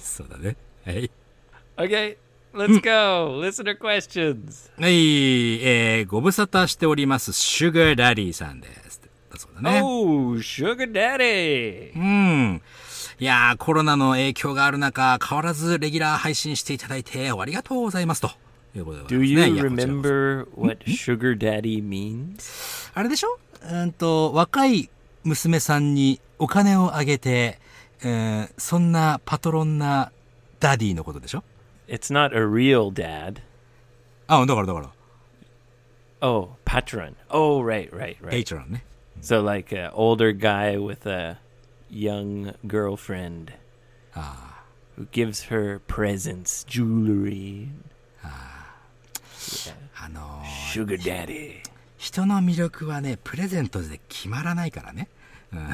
Speaker 1: そうだね。はい。
Speaker 2: (laughs) okay, let's go. Listener questions.
Speaker 1: はい、えー、ご無沙汰しております、シュガーダディさんです。だそうだね。
Speaker 2: Oh, Sugar Daddy.
Speaker 1: うん。いやー、コロナの影響がある中、変わらずレギュラー配信していただいて、ありがとうございます。ということでございます
Speaker 2: Do
Speaker 1: ね。いやこち
Speaker 2: you
Speaker 1: らこそ
Speaker 2: remember what sugar daddy means?
Speaker 1: あれでしょうーんと、若い娘さんにお金をあげて、うーんそんなパトロンなダディのことでしょ
Speaker 2: It's not a real dad.
Speaker 1: あ、だからだから、
Speaker 2: Oh, patron. Oh, right, right,
Speaker 1: ペイ
Speaker 2: right.
Speaker 1: チョランね。
Speaker 2: So like an older guy with a young girlfriend who gives her presents, jewelry,
Speaker 1: あのー
Speaker 2: sugar daddy.
Speaker 1: 人の魅力はね、プレゼントで決まらないからね。うん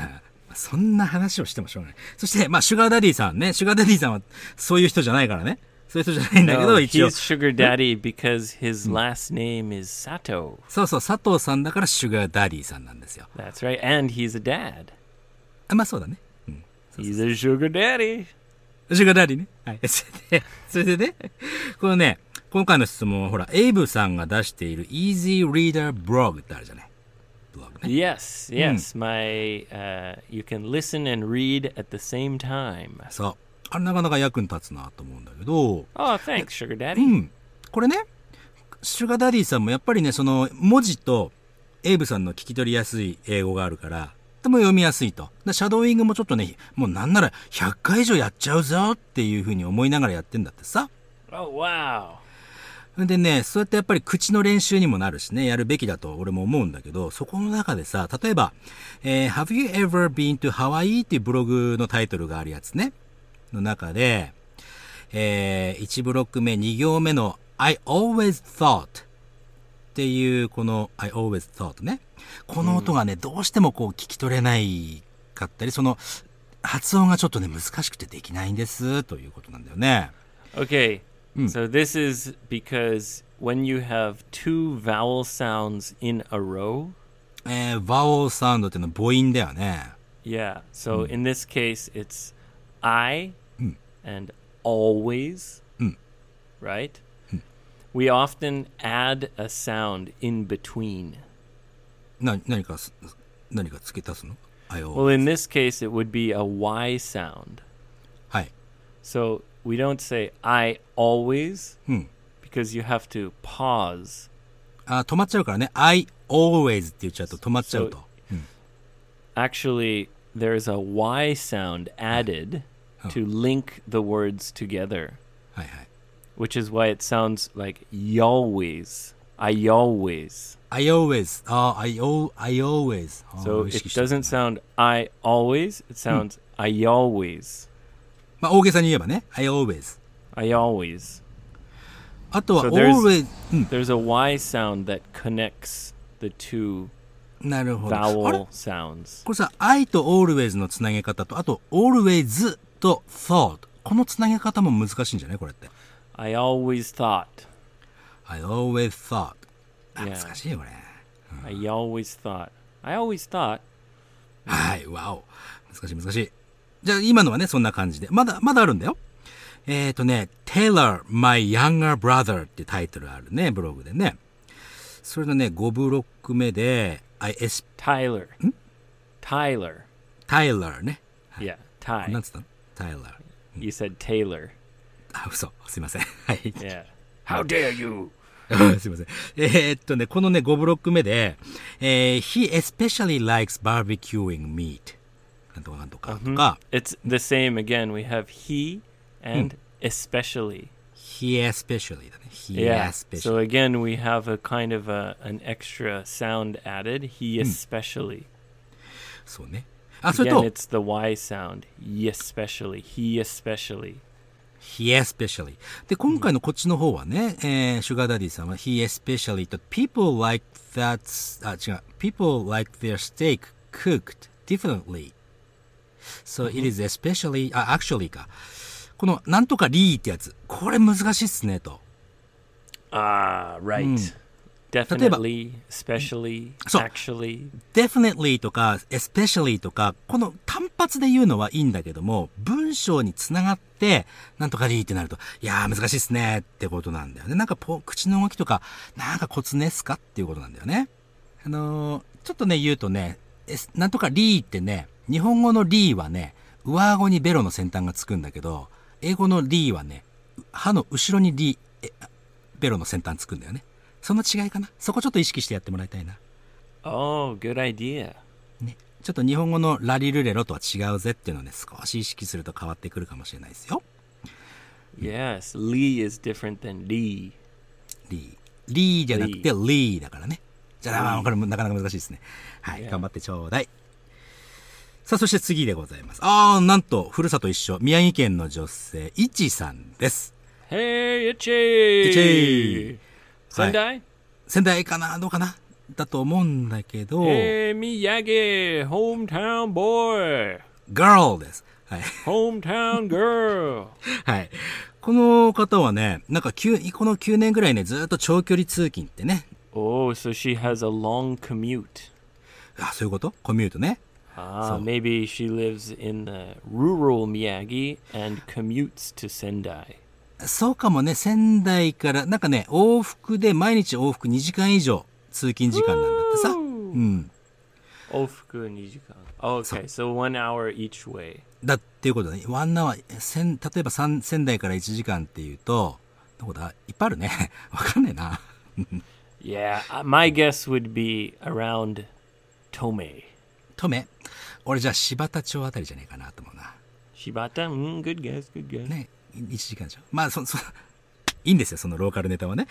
Speaker 1: そんな話をしてもしょうがない。そして、まあ、シュガーダディさんね。シュガーダディさんは、そういう人じゃないからね。そういう人じゃないんだけ
Speaker 2: (laughs) No,
Speaker 1: ど、一応。
Speaker 2: he's sugar (laughs) daddy because his last name is Sato.
Speaker 1: そうそう、佐藤さんだからシュガーダディさんなんですよ。
Speaker 2: That's right, and he's a dad.
Speaker 1: あまあ、そうだね。
Speaker 2: He's a sugar daddy.
Speaker 1: シュガーダディね。はい。 (laughs) それで、それでね、このね、今回の質問は、ほら、エイブさんが出している Easy Reader Blog ってあるじゃない。ブログね。
Speaker 2: (laughs) Yes, yes. My, uh, you can listen and read at the same time.
Speaker 1: そう。あれ、なかなか役に立つなと思うんだけど、
Speaker 2: Oh, thanks, sugar
Speaker 1: う
Speaker 2: daddy.
Speaker 1: ん。これね、シュガーダディさんもやっぱりね、その文字とエイブさんの聞き取りやすい英語があるから、とても読みやすいと。でシャドーイングもちょっとね、もうなんなら100回以上やっちゃうぞっていうふうに思いながらやってんだってさ。
Speaker 2: Oh, wow.
Speaker 1: でね、そうやってやっぱり口の練習にもなるしね、やるべきだと俺も思うんだけど、そこの中でさ、例えば、えー Have you ever been to Hawaii? っていうブログのタイトルがあるやつね。の中で、え1ブロック目、2行目の I always thought っていうこの I always thought ね。この音がね、どうしてもこう聞き取れないかったり、その発音がちょっとね、難しくてできないんですということなんだよね。
Speaker 2: Okay, so this is because when you have two vowel sounds in a row,
Speaker 1: えー、バオサウンドっていうのは母音だよね。
Speaker 2: yeah. So in this case, it's I and always, right? We often add a sound in between.
Speaker 1: な何かす何か付け足すのあよ、
Speaker 2: Well, in this case, it would be a Y sound.
Speaker 1: はい、
Speaker 2: So we don't say I always
Speaker 1: Hmm.
Speaker 2: because you have to pause.
Speaker 1: あ止まっちゃうからね「I always」って言っちゃうと止まっちゃうと
Speaker 2: So- Actually, there's a Y sound added to link the words together,
Speaker 1: はいはい
Speaker 2: which is why it sounds like always. I always.
Speaker 1: 「I always」あ「I, al- Oh, I always あー」
Speaker 2: So
Speaker 1: 意
Speaker 2: it
Speaker 1: 識して
Speaker 2: doesn't sound I always, it sounds I always.
Speaker 1: まあ大げさに言えばね「I always
Speaker 2: I always.」
Speaker 1: あとは「
Speaker 2: So there's-
Speaker 1: always」うん、
Speaker 2: There's a Y sound that connects the two
Speaker 1: なるほどあれ
Speaker 2: vowel sounds.
Speaker 1: これさ「I」と「always」のつなげ方とあと「always」と「thought」このつなげ方も難しいんじゃないこれって
Speaker 2: I always thought.
Speaker 1: 「I always thought」あ
Speaker 2: Yeah.
Speaker 1: 難しいよこれ
Speaker 2: I always thought. I always thought.
Speaker 1: はい、わお。難しい難しい。じゃあ今のはね、そんな感じで。まだ、まだあるんだよ。えっ、ー、とね、Taylor, My Younger Brother ってタイトルあるね、ブログでね。それのね、5ブロック目で、I, S,
Speaker 2: Tyler. Tyler.
Speaker 1: Tyler ね。
Speaker 2: Yeah, Ty.
Speaker 1: なんつったの ?Tyler。
Speaker 2: You said Taylor.
Speaker 1: あ、嘘。すいません。 (laughs) はい。
Speaker 2: Yeah. How dare you?
Speaker 1: すいません。えーっとね、このね、5ブロック目で、えー He especially likes barbecuing meat. なんとかなんとかとか、
Speaker 2: It's the same again. We have he and especially.
Speaker 1: He especially だね。He
Speaker 2: Yeah.
Speaker 1: especially.
Speaker 2: So again, we have a kind of a, an extra sound added. He especially.
Speaker 1: そうね。あ、それ
Speaker 2: Again,
Speaker 1: と、
Speaker 2: it's the Y sound. He especially. He especially.
Speaker 1: He especially. で、今回のこっちの方はね、えー、シュガーダディさんは He especially と People like that, あ、違う。People like their steak cooked differently. So it is especially, あ、actually か。この、なんとかリーってやつ。これ難しいっすね、と。
Speaker 2: Ah, right. Definitely, especially,
Speaker 1: So-
Speaker 2: actually.
Speaker 1: definitely とか especially とか、この単発で言うのはいいんだけども、文章につながって、なんとかでいいってなると、いやー難しいっすねってことなんだよね。なんかポ口の動きとか、なんかコツねっすかっていうことなんだよね。あのーちょっとね、言うとね、えなんとかリーってね、日本語のリーはね、上顎にベロの先端がつくんだけど、英語のリーはね、歯の後ろにリー、えベロの先端つくんだよね。その違いかな。そこちょっと意識してやってもらいたいな。
Speaker 2: Oh, good idea.
Speaker 1: ね。ちょっと日本語のラリルレロとは違うぜっていうのをね、少し意識すると変わってくるかもしれないですよ。
Speaker 2: Yes, Lee is different than Lee.
Speaker 1: リー。リーじゃなくてリーだからね。じゃあ、まあこれもなかなか難しいですね。はい、
Speaker 2: Yeah.
Speaker 1: 頑張ってちょうだい。さあ、そして次でございます。あー、なんと、ふるさと一緒、宮城県の女性、いちさんです。
Speaker 2: Hey, Itchy!
Speaker 1: Itchy.
Speaker 2: Sendai?
Speaker 1: 仙台かなどうかなだと思うんだけ
Speaker 2: Oh.
Speaker 1: ど、
Speaker 2: Hey, Miyagi! Hometown boy!
Speaker 1: girl です。はい。 (laughs)
Speaker 2: Hometown girl!
Speaker 1: はい。この方はね、なんか9、この9年ぐらいね、ずっと長距離通勤ってね。
Speaker 2: (laughs) oh, so she has a long commute.
Speaker 1: あ、そういうことコミュートね。
Speaker 2: Ah, maybe she lives in the rural Miyagi and commutes to Sendai.
Speaker 1: そうかもね、仙台から、なんかね、往復で毎日往復2時間以上通勤時間なんだってさ。うん。
Speaker 2: 往復2時間. Okay, so one hour each way.
Speaker 1: だっていうことだね。ワンナは、仙例えば三仙台から1時間っていうと、どこだいっぱいあるね。 (laughs) わかんねえな。
Speaker 2: Yeah, uh, my guess would be around Tome.
Speaker 1: トメ。俺じゃあ柴田町あたりじゃねえかなと思うな。
Speaker 2: Shibata? Mm, good guess, good guess.
Speaker 1: ね、1時間でしょ。まあ、そ、 (laughs) そ、いいんですよ、そのローカルネタはね。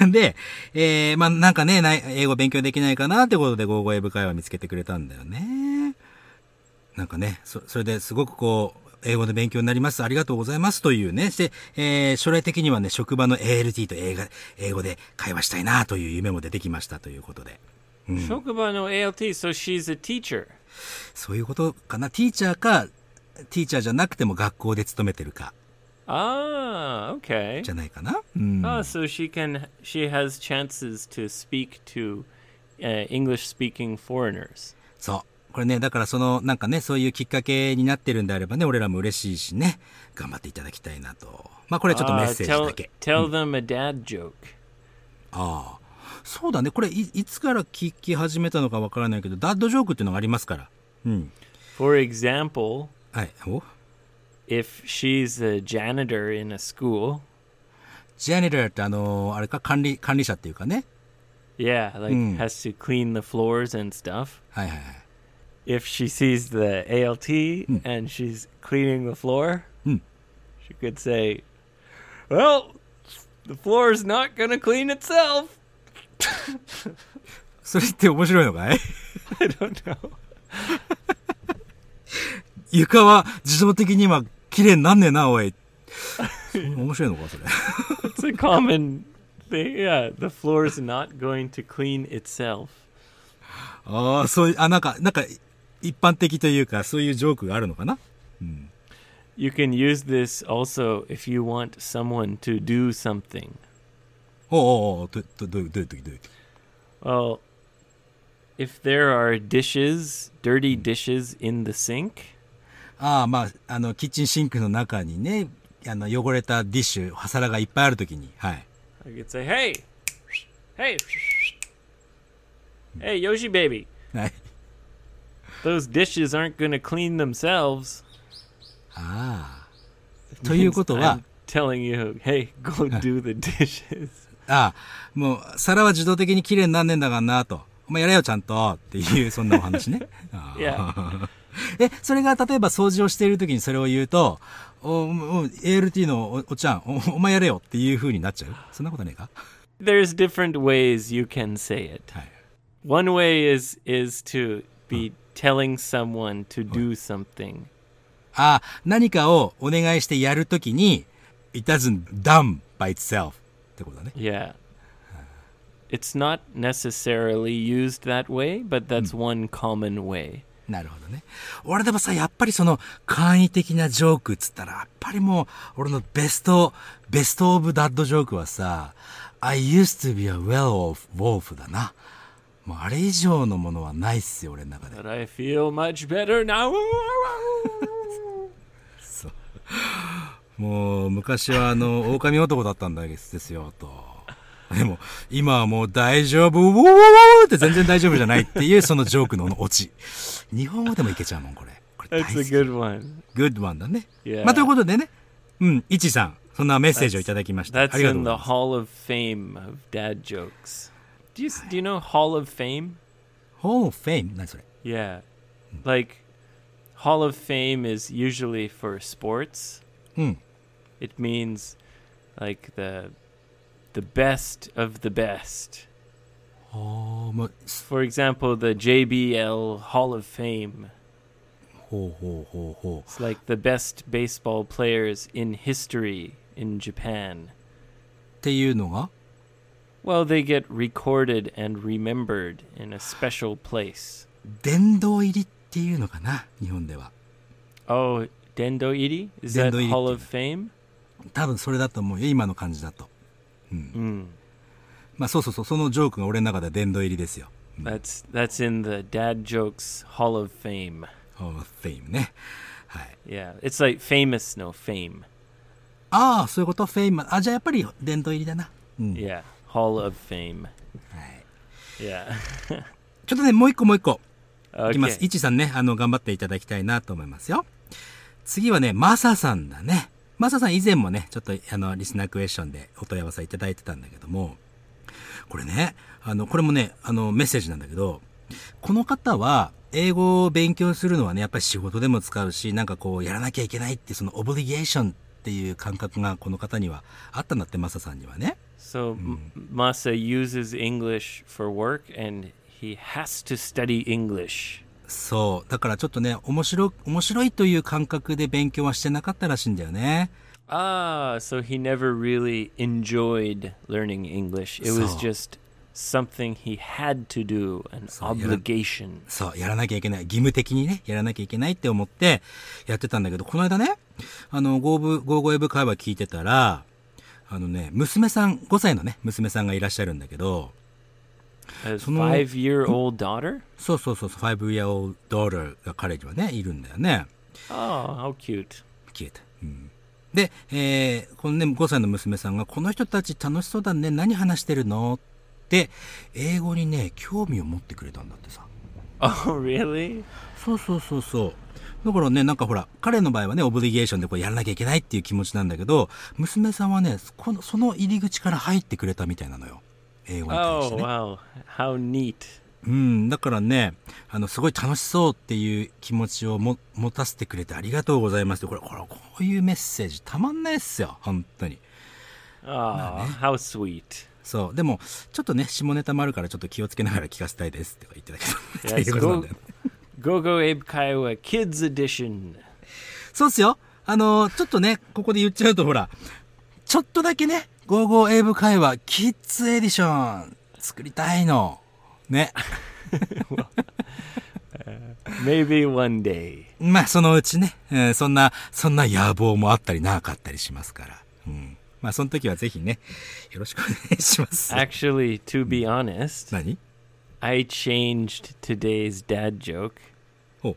Speaker 1: (laughs) で、えー、まあなんかね、ない英語勉強できないかなってことで、ゴーゴー英語会話見つけてくれたんだよね。なんかね、そ、それですごくこう、英語の勉強になります。ありがとうございます。というね。して、えー、将来的にはね、職場の ALT と英語英語で会話したいなという夢も出てきましたということで。
Speaker 2: Shokuba no ALT, so she's a teacher.
Speaker 1: そういうことかな。ティーチャーか、ティーチャーじゃなくても学校で勤めてるか、
Speaker 2: Ah, okay.
Speaker 1: じゃないかな。うん。
Speaker 2: Ah, so she can she has chances to speak to uh, English speaking foreigners.
Speaker 1: そう。これね、だからその、なんかね、そういうきっかけになってるんであればね、俺らも嬉しいしね、頑張っていただきたいなと。まあこれはちょっとメッ
Speaker 2: Ah,
Speaker 1: セージだ
Speaker 2: tell
Speaker 1: け。
Speaker 2: tell them a dad joke.
Speaker 1: ああ。そうだね、これいいつから聞き始めたのかわからないけど、ダッドジョークっていうのがありますから。うん。
Speaker 2: For example,
Speaker 1: はい。お
Speaker 2: if she's a janitor in a school,
Speaker 1: ジャニターってあのーあれか、管理、管理者っていうかね。
Speaker 2: yeah, like has to clean the floors and stuff.
Speaker 1: はいはいはい。
Speaker 2: If she sees the ALT and she's cleaning the floor,
Speaker 1: Mm.
Speaker 2: she could say, "Well, the floor's not gonna clean itself." (laughs)
Speaker 1: それって面白いのかい
Speaker 2: I don't know.
Speaker 1: 床は自動的に今、綺麗になんねえな、おい。 (laughs) そう面白いのか、それ。
Speaker 2: (laughs) It's a common thing. Yeah, the floor's not going to clean itself.
Speaker 1: ああ、そういう、あ、なんか、なんか、一般的というか、そういうジョークがあるのかな
Speaker 2: You can use this also if you want someone to do something.
Speaker 1: おうおうおうどどどういうどういう時どういう時
Speaker 2: Well, if there are dishes, dirty dishes in the sink,
Speaker 1: ああまああのキッチンシンクの中にねあの汚れたディッシュは皿がいっぱいある時にはい
Speaker 2: I could say, "Hey, hey, hey, Yoshi baby,
Speaker 1: はい
Speaker 2: those dishes aren't going to clean themselves."
Speaker 1: ああということは
Speaker 2: (laughs) I'm telling you, hey, go do the dishes.
Speaker 1: ああもう皿は自動的に綺麗になんねんだからなとお前やれよちゃんとっていうそんなお話ねああ
Speaker 2: Yeah.
Speaker 1: (laughs) えそれが例えば掃除をしている時にそれを言うとおお ALT のおおちゃんおお前やれよっていう風になっちゃうそんなことねえか
Speaker 2: There's different ways you can say it.
Speaker 1: はい
Speaker 2: One way is is to be telling someone to do something.
Speaker 1: あ、何かをお願いしてやるときに、it doesn't done by itself ってことだね。
Speaker 2: Yeah. It's not necessarily used that way, but that's one common way.
Speaker 1: なるほどね。俺でもさ、やっぱりその簡易的なジョークっつったら、やっぱりもう、俺のベスト、ベストオブダッドジョークはさ、I used to be a well-off wolf だな。もうあれ以上のものはないっすよ、俺の中で。
Speaker 2: But I feel much better now. (laughs)
Speaker 1: もう、昔はあの、狼男だったんだですよ、と。 (laughs) でも、今はもう大丈夫、ウォーウォーウォーって全然大丈夫じゃないっていう、そのジョークのオチ。日本語でもいけちゃうもん、これ。これ
Speaker 2: That's a good one.
Speaker 1: グッドワンだね。
Speaker 2: Yeah.
Speaker 1: まあ、ということでね、うん、いちさん、そんなメッセージをいただきました。あ
Speaker 2: That's
Speaker 1: りがとう
Speaker 2: in
Speaker 1: ござい
Speaker 2: the
Speaker 1: ます。
Speaker 2: Hall of Fame of dad jokes. Do you do you know Hall of Fame?
Speaker 1: Hall of Fame? 何それ
Speaker 2: Yeah. Like Hall of Fame is usually for sports.
Speaker 1: Hmm.
Speaker 2: It means like the the best of the best.
Speaker 1: あーまあ、す
Speaker 2: For example, the JBL Hall of Fame.
Speaker 1: ほうほうほうほう。
Speaker 2: It's like the best baseball players in history in
Speaker 1: っ
Speaker 2: Japan.
Speaker 1: ていうのが
Speaker 2: Well, they get recorded and remembered in a special place.
Speaker 1: 殿堂入りっていうのかな日本では
Speaker 2: Oh, Dendo Iri? Is that
Speaker 1: Dendo Iri
Speaker 2: Hall
Speaker 1: って
Speaker 2: of Fame?
Speaker 1: 多分それだと思うよ今の感じだと
Speaker 2: Mm.
Speaker 1: まあそうそうそうそのジョークが俺の中では殿堂入りですよ
Speaker 2: That's that's in the Dad Jokes Hall of Fame.
Speaker 1: Hall of Fame ねはい
Speaker 2: Yeah, it's like famous, no fame.
Speaker 1: ああそういうことフェイマあじゃあやっぱり殿堂入りだなうん
Speaker 2: Yeah, Hall of Fame.
Speaker 1: はい、
Speaker 2: Yeah.
Speaker 1: ちょっとねもう一個もう一個いきます
Speaker 2: okay.
Speaker 1: いちさんねあの頑張っていただきたいなと思いますよ次はねマサさんだねマサさん以前もねちょっとあのリスナークエスチョンでお問い合わせいただいてたんだけどもこれねあのこれもねあのメッセージなんだけどこの方は英語を勉強するのはねやっぱり仕事でも使うしなんかこうやらなきゃいけないってそのオブリゲーションっていう感覚がこの方にはあったんだってマサさんにはね
Speaker 2: So M- Masa uses English for work, and he has to study English.
Speaker 1: そうだからちょっとね面白面白いという感覚で勉強はしてなかったらしいんだよね
Speaker 2: Ah, so he never really enjoyed learning English. It was
Speaker 1: So-
Speaker 2: just something he had to do,
Speaker 1: you
Speaker 2: an
Speaker 1: don't-
Speaker 2: obligation.
Speaker 1: そう、やらなきゃいけない。義務的にね、やらなきゃいけないって思ってやってたんだけど、この間ね、あの、ゴーブ、ゴーゴエブ会話聞いてたら、あのね、娘さん、5歳のね、娘さんがいらっしゃるんだけど、
Speaker 2: A
Speaker 1: その-
Speaker 2: five year old daughter?
Speaker 1: そうそうそう、5 year old daughter が彼にはね、いるんだよね。
Speaker 2: Oh, how cute. (laughs)
Speaker 1: 消えた。うん。で、えーこのね、5歳の娘さんが、この人たち楽しそうだね、何話してるのって、英語にね、興味を持ってくれたんだってさ。
Speaker 2: Oh, really?
Speaker 1: そうそうそうそう。だからね、なんかほら、彼の場合はね、オブリゲーションでこうやらなきゃいけないっていう気持ちなんだけど、娘さんはね、この、その入り口から入ってくれたみたいなのよ。英語に対して
Speaker 2: Oh,
Speaker 1: ね。
Speaker 2: wow. How neat.
Speaker 1: うん、だからね、あの、すごい楽しそうっていう気持ちをも持たせてくれてありがとうございますって、これ、これ、こういうメッセージたまんないっすよ、本当に。
Speaker 2: Oh, how sweet.
Speaker 1: そう。でも、ちょっとね、下ネタもあるからちょっと気をつけながら聞かせたいですって言ってたけど、ってい
Speaker 2: Yes,
Speaker 1: うことなんだ
Speaker 2: go,
Speaker 1: よね。
Speaker 2: go Go Abe Kiowa Kids Edition.
Speaker 1: そうっすよ。あのーちょっとね、ここで言っちゃうとほら、ちょっとだけね、55英語会話、キッズエディション、作りたいの。ね。
Speaker 2: Maybe one day.
Speaker 1: まあ、そのうちね、えーそんな、そんな野望もあったりなかったりしますから。うん。まあ、その時はぜひね、よろしくお願いします。
Speaker 2: Actually, to be honest,
Speaker 1: 何
Speaker 2: I changed today's dad joke
Speaker 1: Oh.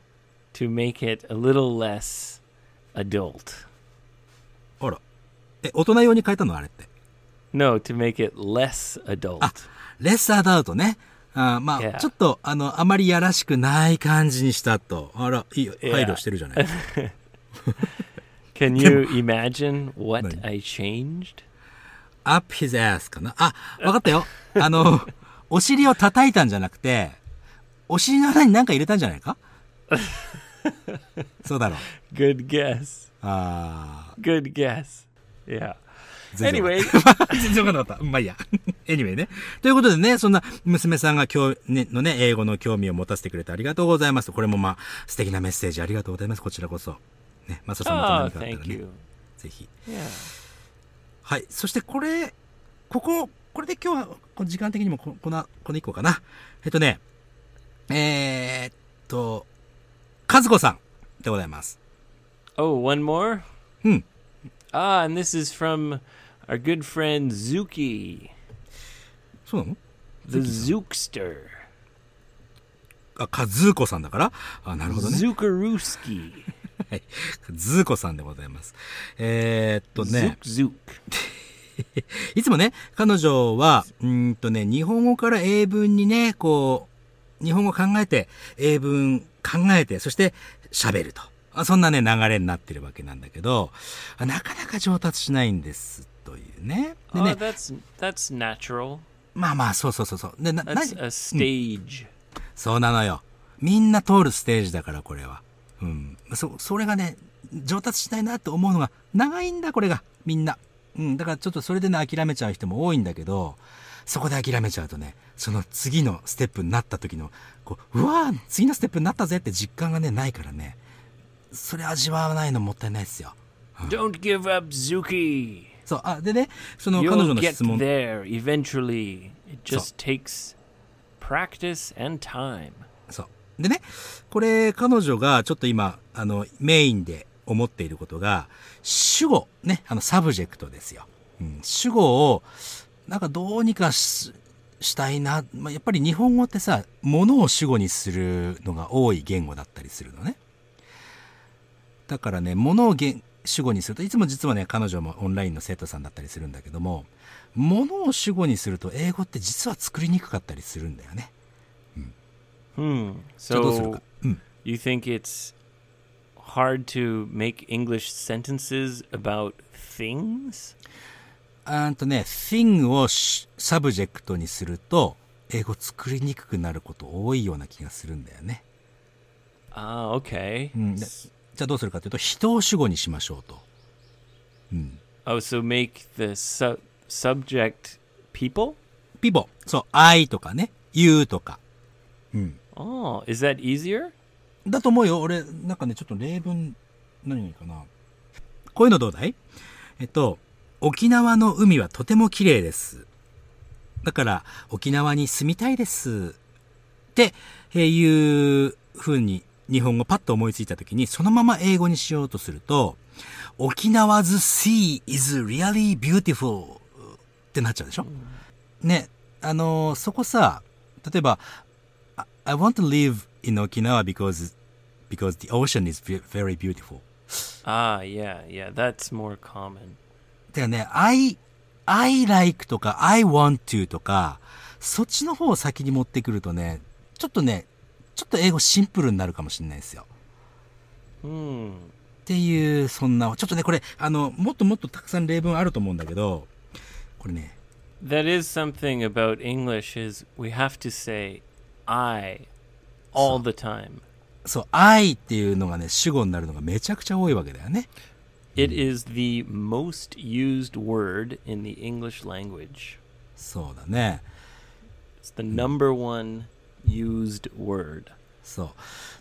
Speaker 2: to make it a little less adult.
Speaker 1: あら。え、大人用に変えたのあれって。
Speaker 2: No, to make it less adult.
Speaker 1: レッサーダウトね。あーまあ、
Speaker 2: Yeah.
Speaker 1: ちょっと、あの、あまりやらしくない感じにしたと。あら、いいよ。配慮してるじゃない。
Speaker 2: Can you imagine what
Speaker 1: Right.
Speaker 2: I changed?
Speaker 1: up his ass かな。あ、わかったよ。あ
Speaker 2: (laughs)
Speaker 1: の、お尻を叩いたんじゃなくて、お尻の穴に何か入れたんじゃない
Speaker 2: (laughs)
Speaker 1: かそうだろう。
Speaker 2: Good guess.
Speaker 1: あ
Speaker 2: Good guess.
Speaker 1: ー
Speaker 2: Yeah.
Speaker 1: 全然わ (laughs)
Speaker 2: Anyway,
Speaker 1: かんない全然わかんなかった。うんまあいいや。anyway (laughs) ね。ということでね、そんな娘さんが今日、ね、のね、英語の興味を持たせてくれてありがとうございます。これもまあ、素敵なメッセージありがとうございます。こちらこそ。ね、マサさんまた
Speaker 2: oh,
Speaker 1: 何かあったら
Speaker 2: thank
Speaker 1: ね、
Speaker 2: you.
Speaker 1: ぜひ。
Speaker 2: Yeah.
Speaker 1: はい。そしてこれ、ここ、これで今日は、この時間的にもこ、この、この一個かな。えっとね、えー、っと、和子さんでございます。
Speaker 2: Oh, one more?
Speaker 1: Hmm.
Speaker 2: Ah, and this is from our good friend Zuki,
Speaker 1: そうなの
Speaker 2: the Zookster.
Speaker 1: あ、かずこさんだからあ、なるほどね。
Speaker 2: Zukaruski.
Speaker 1: はい。ずこさんでございます。えー、っとね
Speaker 2: Zook、Zook.
Speaker 1: いつもね、彼女は、うーんとね、日本語から英文にね、こう、日本語考えて、英文考えて、そして、喋ると。あそんなね、流れになってるわけなんだけど、あなかなか上達しないんです、というね。で
Speaker 2: Oh,
Speaker 1: ね、
Speaker 2: that's that's natural.
Speaker 1: まあまあ、そうそうそうそう。で、な、な
Speaker 2: That's a stage.
Speaker 1: そうなのよ。みんな通るステージだから、これは。うん。そ、それがね、上達しないなって思うのが長いんだ、これが。みんな。うん。だからちょっとそれでね、諦めちゃう人も多いんだけど、そこで諦めちゃうとね、その次のステップになった時の、こう、うわー次のステップになったぜって実感がね、ないからね、それ味わわないのもったいないですよ。
Speaker 2: Don't give up, Zuki.
Speaker 1: そう、あ、でね、その彼女
Speaker 2: You'll
Speaker 1: の
Speaker 2: get
Speaker 1: 質問。
Speaker 2: there eventually. It just takes practice and time.
Speaker 1: そう。でね、これ、彼女がちょっと今、あの、メインで思っていることが、主語、ね、あの、サブジェクトですよ。うん、主語を、なんかどうにかししたいな。まあ、やっぱり日本語ってさ、ものを主語にするのが多い言語だったりするのね。だからね、ものをげん主語にすると、いつも実はね、彼女もオンラインの生徒さんだったりするんだけども、ものを主語にすると、英語って実は作りにくかったりするんだよね。
Speaker 2: Hmm.
Speaker 1: じゃあどうする
Speaker 2: So
Speaker 1: か。うん。
Speaker 2: you think it's hard to make English sentences about things?
Speaker 1: あーんとね、thing をしサブジェクトにすると、英語作りにくくなること多いような気がするんだよね。
Speaker 2: Ah, okay.
Speaker 1: うん、でじゃあどうするかというと、人を主語にしましょうと。
Speaker 2: Oh, so make the su- subject people?
Speaker 1: ピボ。そう、I とかね、You とか。
Speaker 2: Oh, is that easier?
Speaker 1: だと思うよ。俺、なんかね、ちょっと例文、何がいいかな。こういうのどうだいえっと、沖縄の海はとても綺麗です。だから、沖縄に住みたいです。ってえーいう風に、日本語パッと思いついた時に、そのまま英語にしようとすると、沖縄 's sea is really beautiful ってなっちゃうでしょね、あのーそこさ、例えば、I want to live in Okinawa because because the ocean is ve- very beautiful.
Speaker 2: Ah, yeah, yeah, that's more common.
Speaker 1: だよね、I, I like とか I want to とか、そっちの方を先に持ってくるとね、ちょっとね、ちょっと英語シンプルになるかもしれないですよ。
Speaker 2: Hmm.
Speaker 1: っていう、そんな、ちょっとね、これ、あの、もっともっとたくさん例文あると思うんだけど、これね、
Speaker 2: That is something about English is we have to say I all the time.
Speaker 1: そう、I っていうのがね、主語になるのがめちゃくちゃ多いわけだよね。
Speaker 2: It is the most used word in the English language.
Speaker 1: そうだね。
Speaker 2: It's the number one used word.
Speaker 1: そ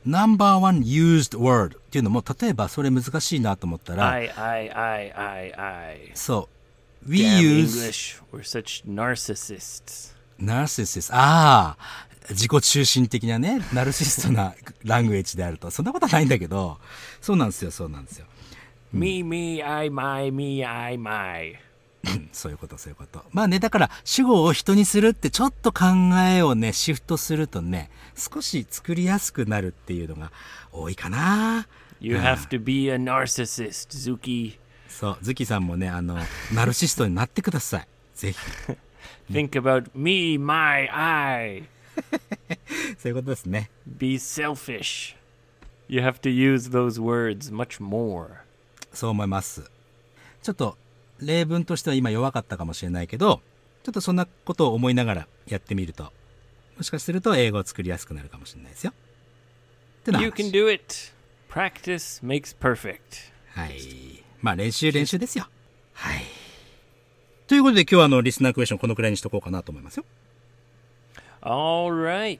Speaker 1: う。number one used word っていうのも、例えばそれ難しいなと思ったら、
Speaker 2: I, I, I, I, I.
Speaker 1: そう。we
Speaker 2: Damn
Speaker 1: use
Speaker 2: English. We're such narcissists.
Speaker 1: narcissist. ああ、自己中心的なね、ナルシストな (laughs) ラングエッジであると。そんなことはないんだけど、そうなんですよ、そうなんですよ。Hmm.
Speaker 2: Me, me, I, my, me, I, my.
Speaker 1: そういうこと、そういうこと。まあね、だから、主語を人にするって、ちょっと考えをね、シフトするとね、少し作りやすくなるっていうのが多いかな。
Speaker 2: You have to be a narcissist, Zuki.
Speaker 1: そう、ズキさんもね、あの、ナルシストになってください。ぜひ。 (laughs) Hmm.
Speaker 2: Think about me, my, I.
Speaker 1: そういうことですね。
Speaker 2: Be selfish. You have to use those words much more.
Speaker 1: そう思います。ちょっと、例文としては今弱かったかもしれないけど、ちょっとそんなことを思いながらやってみると、もしかすると英語を作りやすくなるかもしれないですよ。ってな話
Speaker 2: You can do it. Practice makes perfect.
Speaker 1: はい。まあ練習練習ですよ。はい。ということで今日はあの、リスナークエスチョンこのくらいにしとこうかなと思いますよ。
Speaker 2: All right.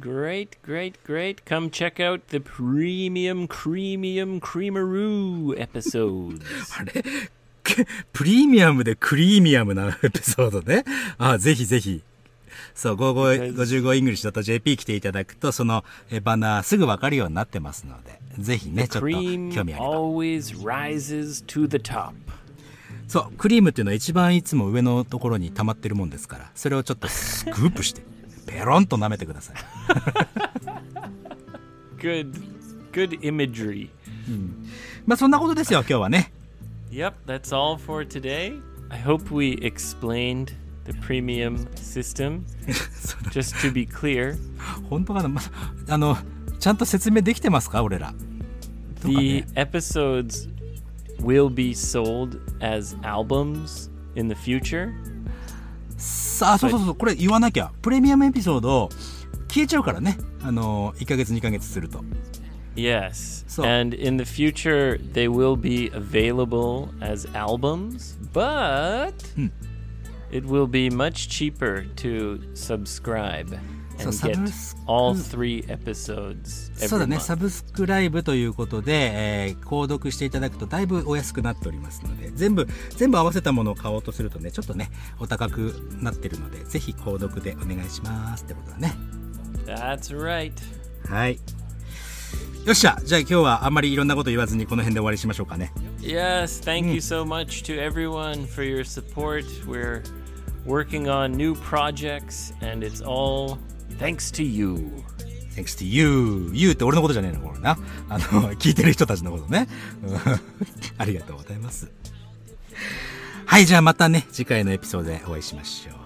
Speaker 2: Great, great, great. Come check out the premium creamium creameroo episodes.
Speaker 1: あれくプレミアムでクリーミアムな (laughs) エピソードね。あぜひぜひ。そう、55 55イングリッシュ .jp 来ていただくと、そのえバナーすぐわかるようになってますので、ぜひね、ちょっと興
Speaker 2: Cream
Speaker 1: 味あれば。
Speaker 2: always rises to the top.
Speaker 1: そう、クリームっていうのは一番いつも上のところに溜まってるもんですから、それをちょっとスクープして、ペロンと舐めてください。
Speaker 2: Good, good imagery.
Speaker 1: まあそんなことですよ、今日はね。
Speaker 2: Yep, that's all for today. I hope we explained the premium system. (laughs)
Speaker 1: そうだ
Speaker 2: Just to be clear,
Speaker 1: 本当かな、まあ、あの、ちゃんと説明できてますか俺ら。とかね
Speaker 2: The episodes will be sold as albums in the future.
Speaker 1: さあそうそうそうこれ言わなきゃプレミアムエピソード消えちゃうからねあの1ヶ月2ヶ月すると
Speaker 2: Yes.
Speaker 1: So-
Speaker 2: And in the future, they will be available as albums, but
Speaker 1: Hmm.
Speaker 2: it will be much cheaper to subscribe and
Speaker 1: So
Speaker 2: get
Speaker 1: subs-
Speaker 2: all three episodes
Speaker 1: そう
Speaker 2: every
Speaker 1: だね
Speaker 2: month.
Speaker 1: サブスクライブということで、えー購読していただくとだいぶお安くなっておりますので全部全部合わせたものを買おうとするとねちょっとねお高くなってるのでぜひ購読でお願いしますってことだね
Speaker 2: That's right.
Speaker 1: はいよっしゃじゃあ今日はあんまりいろんなこと言わずにこの辺で終わりしましょうかね
Speaker 2: Yes, thank
Speaker 1: Hmm.
Speaker 2: you so much to everyone for your support. We're working on new projects, and it's all thanks to you.
Speaker 1: Thanks to you you って俺のことじゃねえのこれなあの (laughs) 聞いてる人たちのことね (laughs) うんありがとうございますはいじゃあまたね次回のエピソードでお会いしましょう